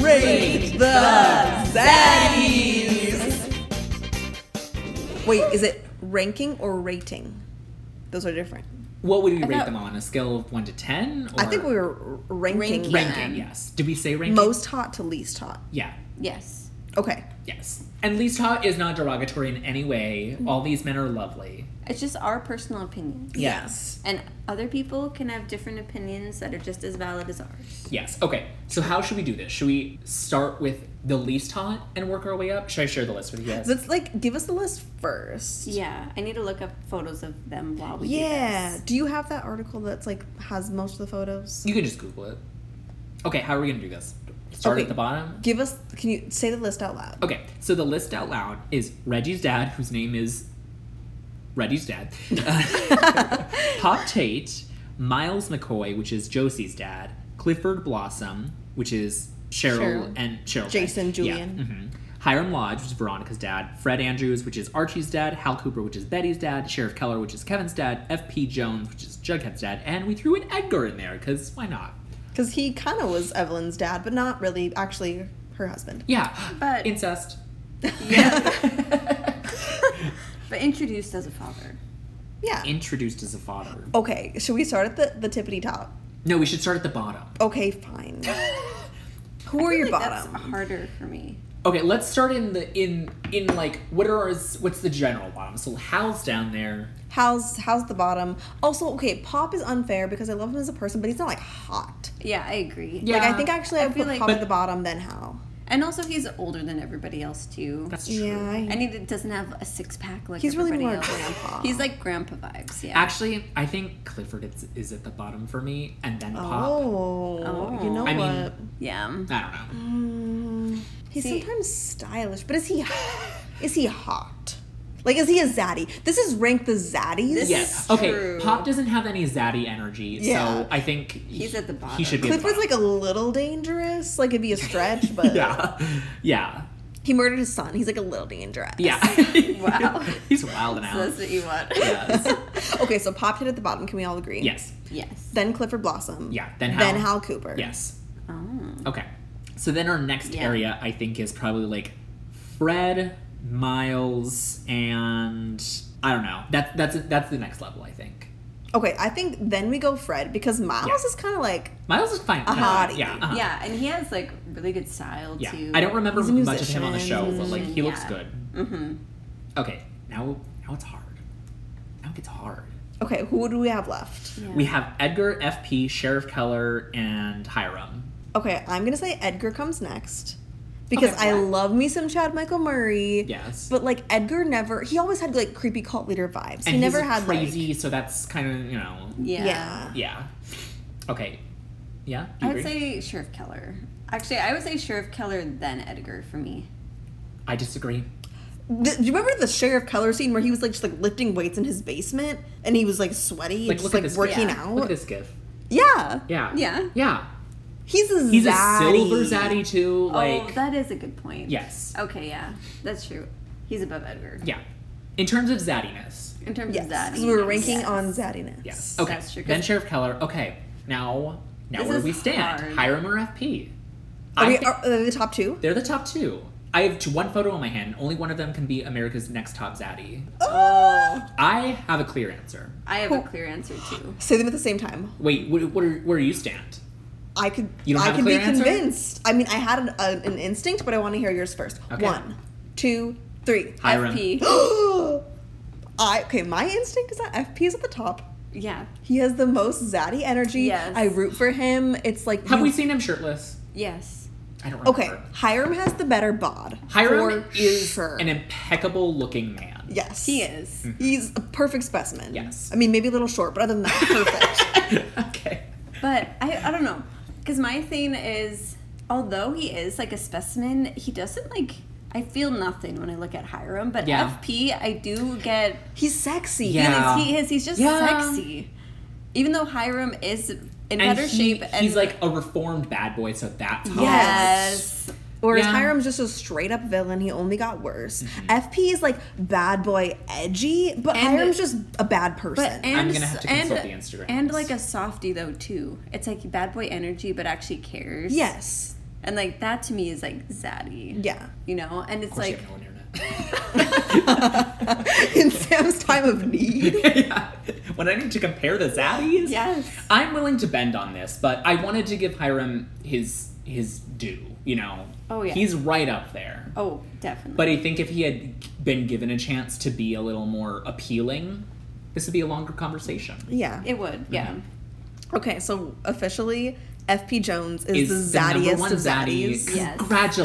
[SPEAKER 3] Raid the Zaddies. Wait, is it ranking or rating? Those are different.
[SPEAKER 2] What would we
[SPEAKER 1] I
[SPEAKER 2] rate
[SPEAKER 1] thought-
[SPEAKER 2] them on? A scale of one to ten? Or
[SPEAKER 3] I think we were r- ranking,
[SPEAKER 1] Ranking.
[SPEAKER 2] ranking.
[SPEAKER 1] Um,
[SPEAKER 2] Yes. Did we say ranking?
[SPEAKER 3] most hot to least hot.
[SPEAKER 2] Yeah.
[SPEAKER 1] yes.
[SPEAKER 3] Okay.
[SPEAKER 2] Yes. And least hot is not derogatory in any way. All these men are lovely.
[SPEAKER 1] It's just our personal opinion,
[SPEAKER 2] Yes.
[SPEAKER 1] and other people can have different opinions that are just as valid as ours.
[SPEAKER 2] Yes. Okay. So how should we do this? Should we start with the least hot and work our way up? Should I share the list with you guys?
[SPEAKER 3] Let's like give us the list first.
[SPEAKER 1] Yeah, I need to look up photos of them while we do
[SPEAKER 3] Yeah.
[SPEAKER 1] this.
[SPEAKER 3] Do you have that article that's like has most of the photos?
[SPEAKER 2] You can just Google it. Okay, how are we gonna do this? Start
[SPEAKER 3] Okay.
[SPEAKER 2] at the bottom?
[SPEAKER 3] Give us. Can you say the list out loud?
[SPEAKER 2] Okay, so the list out loud is Reggie's dad, whose name is Reggie's dad, Pop Tate, Miles McCoy, which is Josie's dad, Clifford Blossom, which is Cheryl,
[SPEAKER 3] Cheryl.
[SPEAKER 2] and Cheryl.
[SPEAKER 3] Jason,
[SPEAKER 2] Yeah,
[SPEAKER 3] Julian.
[SPEAKER 2] mhm. Hiram Lodge, which is Veronica's dad, Fred Andrews, which is Archie's dad, Hal Cooper, which is Betty's dad, Sheriff Keller, which is Kevin's dad, F.P. Jones, which is Jughead's dad, and we threw an Edgar in there because why not?
[SPEAKER 3] Because he kind of was Evelyn's dad, but not really. Actually, her husband.
[SPEAKER 2] Yeah,
[SPEAKER 1] But-
[SPEAKER 2] incest.
[SPEAKER 1] But introduced as a father.
[SPEAKER 3] Yeah.
[SPEAKER 2] Introduced as a father.
[SPEAKER 3] Okay. Should we start at the the tippity top?
[SPEAKER 2] No, we should start at the bottom.
[SPEAKER 3] Okay, fine. Who
[SPEAKER 1] I
[SPEAKER 3] are
[SPEAKER 1] feel
[SPEAKER 3] your
[SPEAKER 1] like
[SPEAKER 3] bottom?
[SPEAKER 1] That's harder for me.
[SPEAKER 2] Okay, let's start in the in in like what are his, what's the general bottom? So Hal's down there.
[SPEAKER 3] How's how's the bottom? Also, okay, Pop is unfair because I love him as a person, but he's not like hot.
[SPEAKER 1] Yeah, I agree.
[SPEAKER 2] Yeah.
[SPEAKER 3] Like I think actually I,
[SPEAKER 1] I
[SPEAKER 3] would
[SPEAKER 1] feel
[SPEAKER 3] put
[SPEAKER 1] like-
[SPEAKER 3] Pop
[SPEAKER 1] But-
[SPEAKER 3] at the bottom, then How.
[SPEAKER 1] And also, he's older than everybody else too.
[SPEAKER 2] That's true.
[SPEAKER 3] Yeah, I,
[SPEAKER 1] and he d- doesn't have a six pack like
[SPEAKER 3] He's really
[SPEAKER 1] everybody
[SPEAKER 3] more
[SPEAKER 1] else.
[SPEAKER 3] grandpa.
[SPEAKER 1] He's like grandpa vibes. Yeah.
[SPEAKER 2] Actually, I think Clifford is, is at the bottom for me, and then Pop.
[SPEAKER 3] oh, you know
[SPEAKER 2] I mean-
[SPEAKER 3] what? Mm,
[SPEAKER 1] yeah.
[SPEAKER 2] I don't know.
[SPEAKER 3] He's
[SPEAKER 1] See-
[SPEAKER 3] sometimes stylish, but is he is he hot? Like is he a zaddy? This is rank the zaddies.
[SPEAKER 1] This
[SPEAKER 2] Yes.
[SPEAKER 1] is
[SPEAKER 2] okay.
[SPEAKER 1] true.
[SPEAKER 2] Pop doesn't have any zaddy energy,
[SPEAKER 3] Yeah.
[SPEAKER 2] so I think he's
[SPEAKER 1] at the
[SPEAKER 2] He
[SPEAKER 1] bottom.
[SPEAKER 2] should be.
[SPEAKER 3] Clifford's
[SPEAKER 2] at
[SPEAKER 3] like a little dangerous. Like it'd be a stretch, but
[SPEAKER 2] the bottom. yeah,
[SPEAKER 3] he murdered his son. He's like a little dangerous.
[SPEAKER 2] yeah, yeah.
[SPEAKER 1] Wow.
[SPEAKER 2] he's wild and
[SPEAKER 1] So that's
[SPEAKER 2] out.
[SPEAKER 1] what you want.
[SPEAKER 2] Yes.
[SPEAKER 3] Okay, so Pop hit at the bottom. Can we all agree?
[SPEAKER 2] yes.
[SPEAKER 1] yes.
[SPEAKER 3] Then Clifford Blossom.
[SPEAKER 2] Yeah. Then Hal.
[SPEAKER 3] Then Hal Cooper.
[SPEAKER 2] Yes.
[SPEAKER 1] Oh.
[SPEAKER 2] Okay. So then our next
[SPEAKER 1] Yeah.
[SPEAKER 2] area, I think, is probably like Fred, Miles, and I don't know. That that's that's the next level, I think.
[SPEAKER 3] Okay, I think then we go Fred because Miles
[SPEAKER 2] Yeah.
[SPEAKER 3] is kind of like
[SPEAKER 2] Miles is fine.
[SPEAKER 3] A hottie.
[SPEAKER 2] Yeah. uh-huh.
[SPEAKER 1] Yeah, and he has like really good style
[SPEAKER 2] Yeah.
[SPEAKER 1] too.
[SPEAKER 2] I don't remember
[SPEAKER 3] He's a
[SPEAKER 2] much of him on the
[SPEAKER 3] musician,
[SPEAKER 2] show, but like he looks
[SPEAKER 1] yeah.
[SPEAKER 2] good.
[SPEAKER 1] Mm-hmm.
[SPEAKER 2] Okay. Now now it's hard. Now it gets hard.
[SPEAKER 3] okay. Who do we have left?
[SPEAKER 1] Yeah.
[SPEAKER 2] We have Edgar, FP, Sheriff Keller, and Hiram.
[SPEAKER 3] Okay, I'm gonna say Edgar comes next because
[SPEAKER 2] Okay.
[SPEAKER 3] I love me some Chad Michael Murray.
[SPEAKER 2] Yes.
[SPEAKER 3] But like Edgar never, he always had like creepy cult leader vibes.
[SPEAKER 2] and
[SPEAKER 3] he never
[SPEAKER 2] he's
[SPEAKER 3] had
[SPEAKER 2] crazy,
[SPEAKER 3] Like,
[SPEAKER 2] so that's kind of you know
[SPEAKER 1] yeah.
[SPEAKER 3] yeah.
[SPEAKER 2] yeah. Okay. Yeah. do
[SPEAKER 1] I
[SPEAKER 2] you
[SPEAKER 1] would
[SPEAKER 2] agree?
[SPEAKER 1] say Sheriff Keller. Actually, I would say Sheriff Keller then Edgar for me.
[SPEAKER 2] I disagree.
[SPEAKER 3] The- do you remember the Sheriff Keller scene where he was like just like lifting weights in his basement and he was like sweaty,
[SPEAKER 2] Like,
[SPEAKER 3] and just
[SPEAKER 2] look at
[SPEAKER 3] like
[SPEAKER 2] this-
[SPEAKER 3] working
[SPEAKER 1] yeah.
[SPEAKER 2] Look at
[SPEAKER 3] out?
[SPEAKER 2] this gif.
[SPEAKER 3] Yeah,
[SPEAKER 2] Yeah.
[SPEAKER 1] Yeah.
[SPEAKER 2] Yeah.
[SPEAKER 3] he's a
[SPEAKER 2] He's
[SPEAKER 3] zaddy.
[SPEAKER 2] a silver zaddy too. Like
[SPEAKER 1] oh, that Oh. is a good point.
[SPEAKER 2] yes.
[SPEAKER 1] Okay, yeah, that's true. He's above Edgar
[SPEAKER 2] Yeah. In terms of zaddiness.
[SPEAKER 1] in terms
[SPEAKER 3] Yes,
[SPEAKER 1] of that.
[SPEAKER 3] because we were ranking
[SPEAKER 1] yes. Oh,
[SPEAKER 3] on zaddiness.
[SPEAKER 2] Yes. Okay.
[SPEAKER 1] That's true.
[SPEAKER 2] Then Sheriff Keller. Okay. Now, now
[SPEAKER 1] This
[SPEAKER 2] where
[SPEAKER 1] is
[SPEAKER 2] do we stand?
[SPEAKER 1] hard.
[SPEAKER 2] Hiram or FP?
[SPEAKER 3] Are
[SPEAKER 2] I
[SPEAKER 3] we
[SPEAKER 2] think
[SPEAKER 3] are, are they the top two?
[SPEAKER 2] they're the top two. I have t- one photo on my hand. Only one of them can be America's next top zaddy.
[SPEAKER 3] Oh.
[SPEAKER 2] I have a clear answer.
[SPEAKER 1] I have a clear answer too.
[SPEAKER 3] Say them at the same time.
[SPEAKER 2] Wait, what, what are, where do you stand?
[SPEAKER 3] I could.
[SPEAKER 2] You don't
[SPEAKER 3] I
[SPEAKER 2] have a
[SPEAKER 3] could be
[SPEAKER 2] clear answer?
[SPEAKER 3] convinced. I mean, I had an, an, an instinct, but I want to hear yours first.
[SPEAKER 2] Okay.
[SPEAKER 3] One, two, three.
[SPEAKER 2] Hiram.
[SPEAKER 1] FP.
[SPEAKER 3] I okay. My instinct is that FP is at the top.
[SPEAKER 1] Yeah.
[SPEAKER 3] He has the most zaddy energy.
[SPEAKER 1] Yes.
[SPEAKER 3] I root for him. It's like
[SPEAKER 2] Have
[SPEAKER 3] you-
[SPEAKER 2] we seen him shirtless?
[SPEAKER 1] Yes.
[SPEAKER 2] I don't remember.
[SPEAKER 3] Okay, Hiram has the better bod.
[SPEAKER 2] Hiram
[SPEAKER 3] for
[SPEAKER 2] is
[SPEAKER 3] sure.
[SPEAKER 2] an impeccable looking man.
[SPEAKER 3] yes,
[SPEAKER 1] He
[SPEAKER 2] Mm.
[SPEAKER 1] is.
[SPEAKER 3] He's a perfect specimen.
[SPEAKER 2] Yes.
[SPEAKER 3] I mean maybe a little short, but other than that, perfect.
[SPEAKER 2] okay.
[SPEAKER 1] But I, I don't know. Because my thing is, although he is like a specimen, he doesn't like. I feel nothing when I look at Hiram, but
[SPEAKER 2] Yeah.
[SPEAKER 1] FP, I do get.
[SPEAKER 3] He's sexy.
[SPEAKER 2] Yeah.
[SPEAKER 1] He is. He is he's just
[SPEAKER 2] Yeah.
[SPEAKER 1] sexy. Even though Hiram is in
[SPEAKER 2] And
[SPEAKER 1] better
[SPEAKER 2] he-
[SPEAKER 1] shape,
[SPEAKER 2] he's like a reformed bad boy, so that's hot.
[SPEAKER 1] yes,
[SPEAKER 3] Whereas
[SPEAKER 2] Yeah.
[SPEAKER 3] Hiram's just a straight up villain. He only got worse.
[SPEAKER 2] Mm-hmm.
[SPEAKER 3] FP is like bad boy edgy, but
[SPEAKER 1] And-
[SPEAKER 3] Hiram's just a bad
[SPEAKER 1] but
[SPEAKER 3] person.
[SPEAKER 1] and
[SPEAKER 2] gonna have to
[SPEAKER 1] and,
[SPEAKER 2] consult the Instagrams.
[SPEAKER 1] and like a softy though too. It's like bad boy energy, but actually cares.
[SPEAKER 3] yes.
[SPEAKER 1] and like that to me is like zaddy.
[SPEAKER 3] Yeah.
[SPEAKER 1] you know, and it's
[SPEAKER 2] Of course you
[SPEAKER 1] like
[SPEAKER 2] have no internet.
[SPEAKER 3] In Sam's time of need.
[SPEAKER 2] yeah. When I need to compare the zaddies,
[SPEAKER 1] Yes.
[SPEAKER 2] I'm willing to bend on this, but I wanted to give Hiram his his due. You know,
[SPEAKER 1] Oh, yeah.
[SPEAKER 2] he's right up there.
[SPEAKER 1] oh, definitely.
[SPEAKER 2] But I think if he had been given a chance to be a little more appealing, this would be a longer conversation.
[SPEAKER 3] Yeah.
[SPEAKER 1] It would, yeah.
[SPEAKER 2] Mm-hmm.
[SPEAKER 3] Okay, so officially, FP Jones is,
[SPEAKER 2] Is
[SPEAKER 3] the
[SPEAKER 2] the number
[SPEAKER 3] zaddiest
[SPEAKER 2] one
[SPEAKER 3] of
[SPEAKER 2] zaddy.
[SPEAKER 3] zaddies.
[SPEAKER 1] Yes.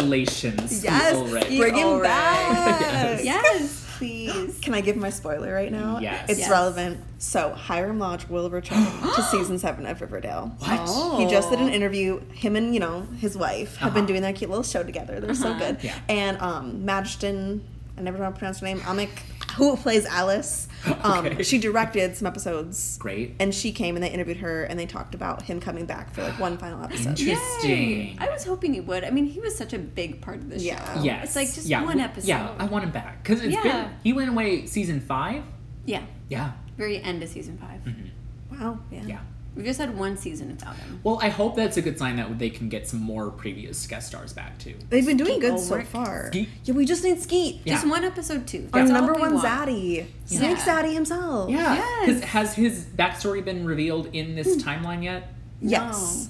[SPEAKER 2] Congratulations,
[SPEAKER 3] Yes,
[SPEAKER 2] Steve Ulrich.
[SPEAKER 3] bring him
[SPEAKER 1] Alright.
[SPEAKER 3] back.
[SPEAKER 1] Yes, please.
[SPEAKER 3] Can I give my spoiler right now?
[SPEAKER 2] Yes.
[SPEAKER 3] It's
[SPEAKER 1] Yes.
[SPEAKER 3] relevant. So Hiram Lodge will return to season seven of Riverdale.
[SPEAKER 2] What?
[SPEAKER 3] He just did an interview. Him and you know his wife have been doing their cute little show together. They're so good.
[SPEAKER 2] Uh-huh. Yeah.
[SPEAKER 3] And um, Madston, I never know how to pronounce her name. Amick, who plays Alice, um,
[SPEAKER 2] Okay.
[SPEAKER 3] she directed some episodes.
[SPEAKER 2] Great.
[SPEAKER 3] And she came and they interviewed her and they talked about him coming back for like one final episode.
[SPEAKER 2] Interesting.
[SPEAKER 1] Yay. I was hoping he would. I mean, he was such a big part of the
[SPEAKER 3] Yeah.
[SPEAKER 1] show.
[SPEAKER 2] Yes.
[SPEAKER 1] It's like just
[SPEAKER 2] yeah.
[SPEAKER 1] one episode.
[SPEAKER 2] Yeah, I want him back because it's
[SPEAKER 1] Yeah.
[SPEAKER 2] been he went away season five.
[SPEAKER 1] Yeah.
[SPEAKER 2] Yeah,
[SPEAKER 1] Very end of season 5
[SPEAKER 2] Mm-hmm.
[SPEAKER 3] Wow. Yeah.
[SPEAKER 2] yeah.
[SPEAKER 1] We've just had one season without him.
[SPEAKER 2] Well, I hope that's a good sign that they can get some more previous guest stars back too.
[SPEAKER 3] They've been doing good so
[SPEAKER 1] Ulrich.
[SPEAKER 3] far.
[SPEAKER 2] Skeet.
[SPEAKER 3] Yeah, we just need Skeet.
[SPEAKER 2] Yeah.
[SPEAKER 1] Just one episode, too.
[SPEAKER 3] Our
[SPEAKER 1] That's all
[SPEAKER 3] number
[SPEAKER 1] we
[SPEAKER 3] one
[SPEAKER 1] want.
[SPEAKER 3] zaddy. Snake
[SPEAKER 1] Yeah.
[SPEAKER 3] zaddy himself.
[SPEAKER 2] Yeah,
[SPEAKER 1] Yes.
[SPEAKER 2] because has his backstory been revealed in this timeline yet?
[SPEAKER 3] Yes.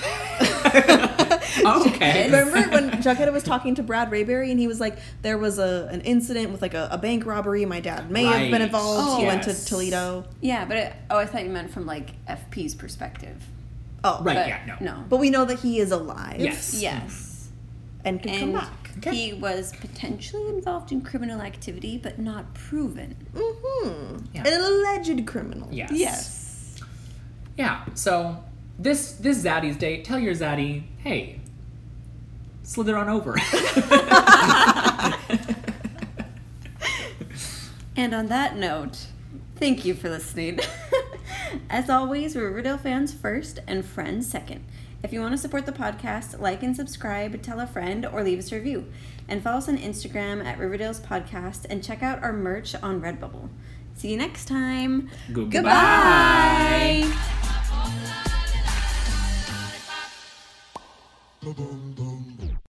[SPEAKER 2] Oh, okay.
[SPEAKER 3] Remember when Jughead was talking to Brad Rayberry and he was like, there was a an incident with like a, a bank robbery. My dad may have been
[SPEAKER 2] Right.
[SPEAKER 3] involved. he
[SPEAKER 2] Oh.
[SPEAKER 3] went to
[SPEAKER 2] Yes.
[SPEAKER 3] Toledo.
[SPEAKER 1] Yeah, but I, oh, I thought you meant from like FP's perspective.
[SPEAKER 3] Oh,
[SPEAKER 2] Right.
[SPEAKER 1] But
[SPEAKER 2] yeah, no.
[SPEAKER 3] But we know that he is alive.
[SPEAKER 2] Yes.
[SPEAKER 1] Yes.
[SPEAKER 3] And can come
[SPEAKER 1] And
[SPEAKER 3] back.
[SPEAKER 1] he was potentially involved in criminal activity, but not proven.
[SPEAKER 3] hmm
[SPEAKER 2] Yeah.
[SPEAKER 3] An alleged criminal.
[SPEAKER 2] Yes. Yeah. So this this Zaddy's date. Tell your Zaddy, hey, slither on over.
[SPEAKER 1] And on that note, thank you for listening. As always, we're Riverdale fans first and friends second. If you want to support the podcast, like and subscribe, tell a friend, or leave us a review. And follow us on Instagram at Riverdale's Podcast and check out our merch on Redbubble. See you next time.
[SPEAKER 2] Goodbye.
[SPEAKER 1] Goodbye.
[SPEAKER 5] Boom, boom, boom.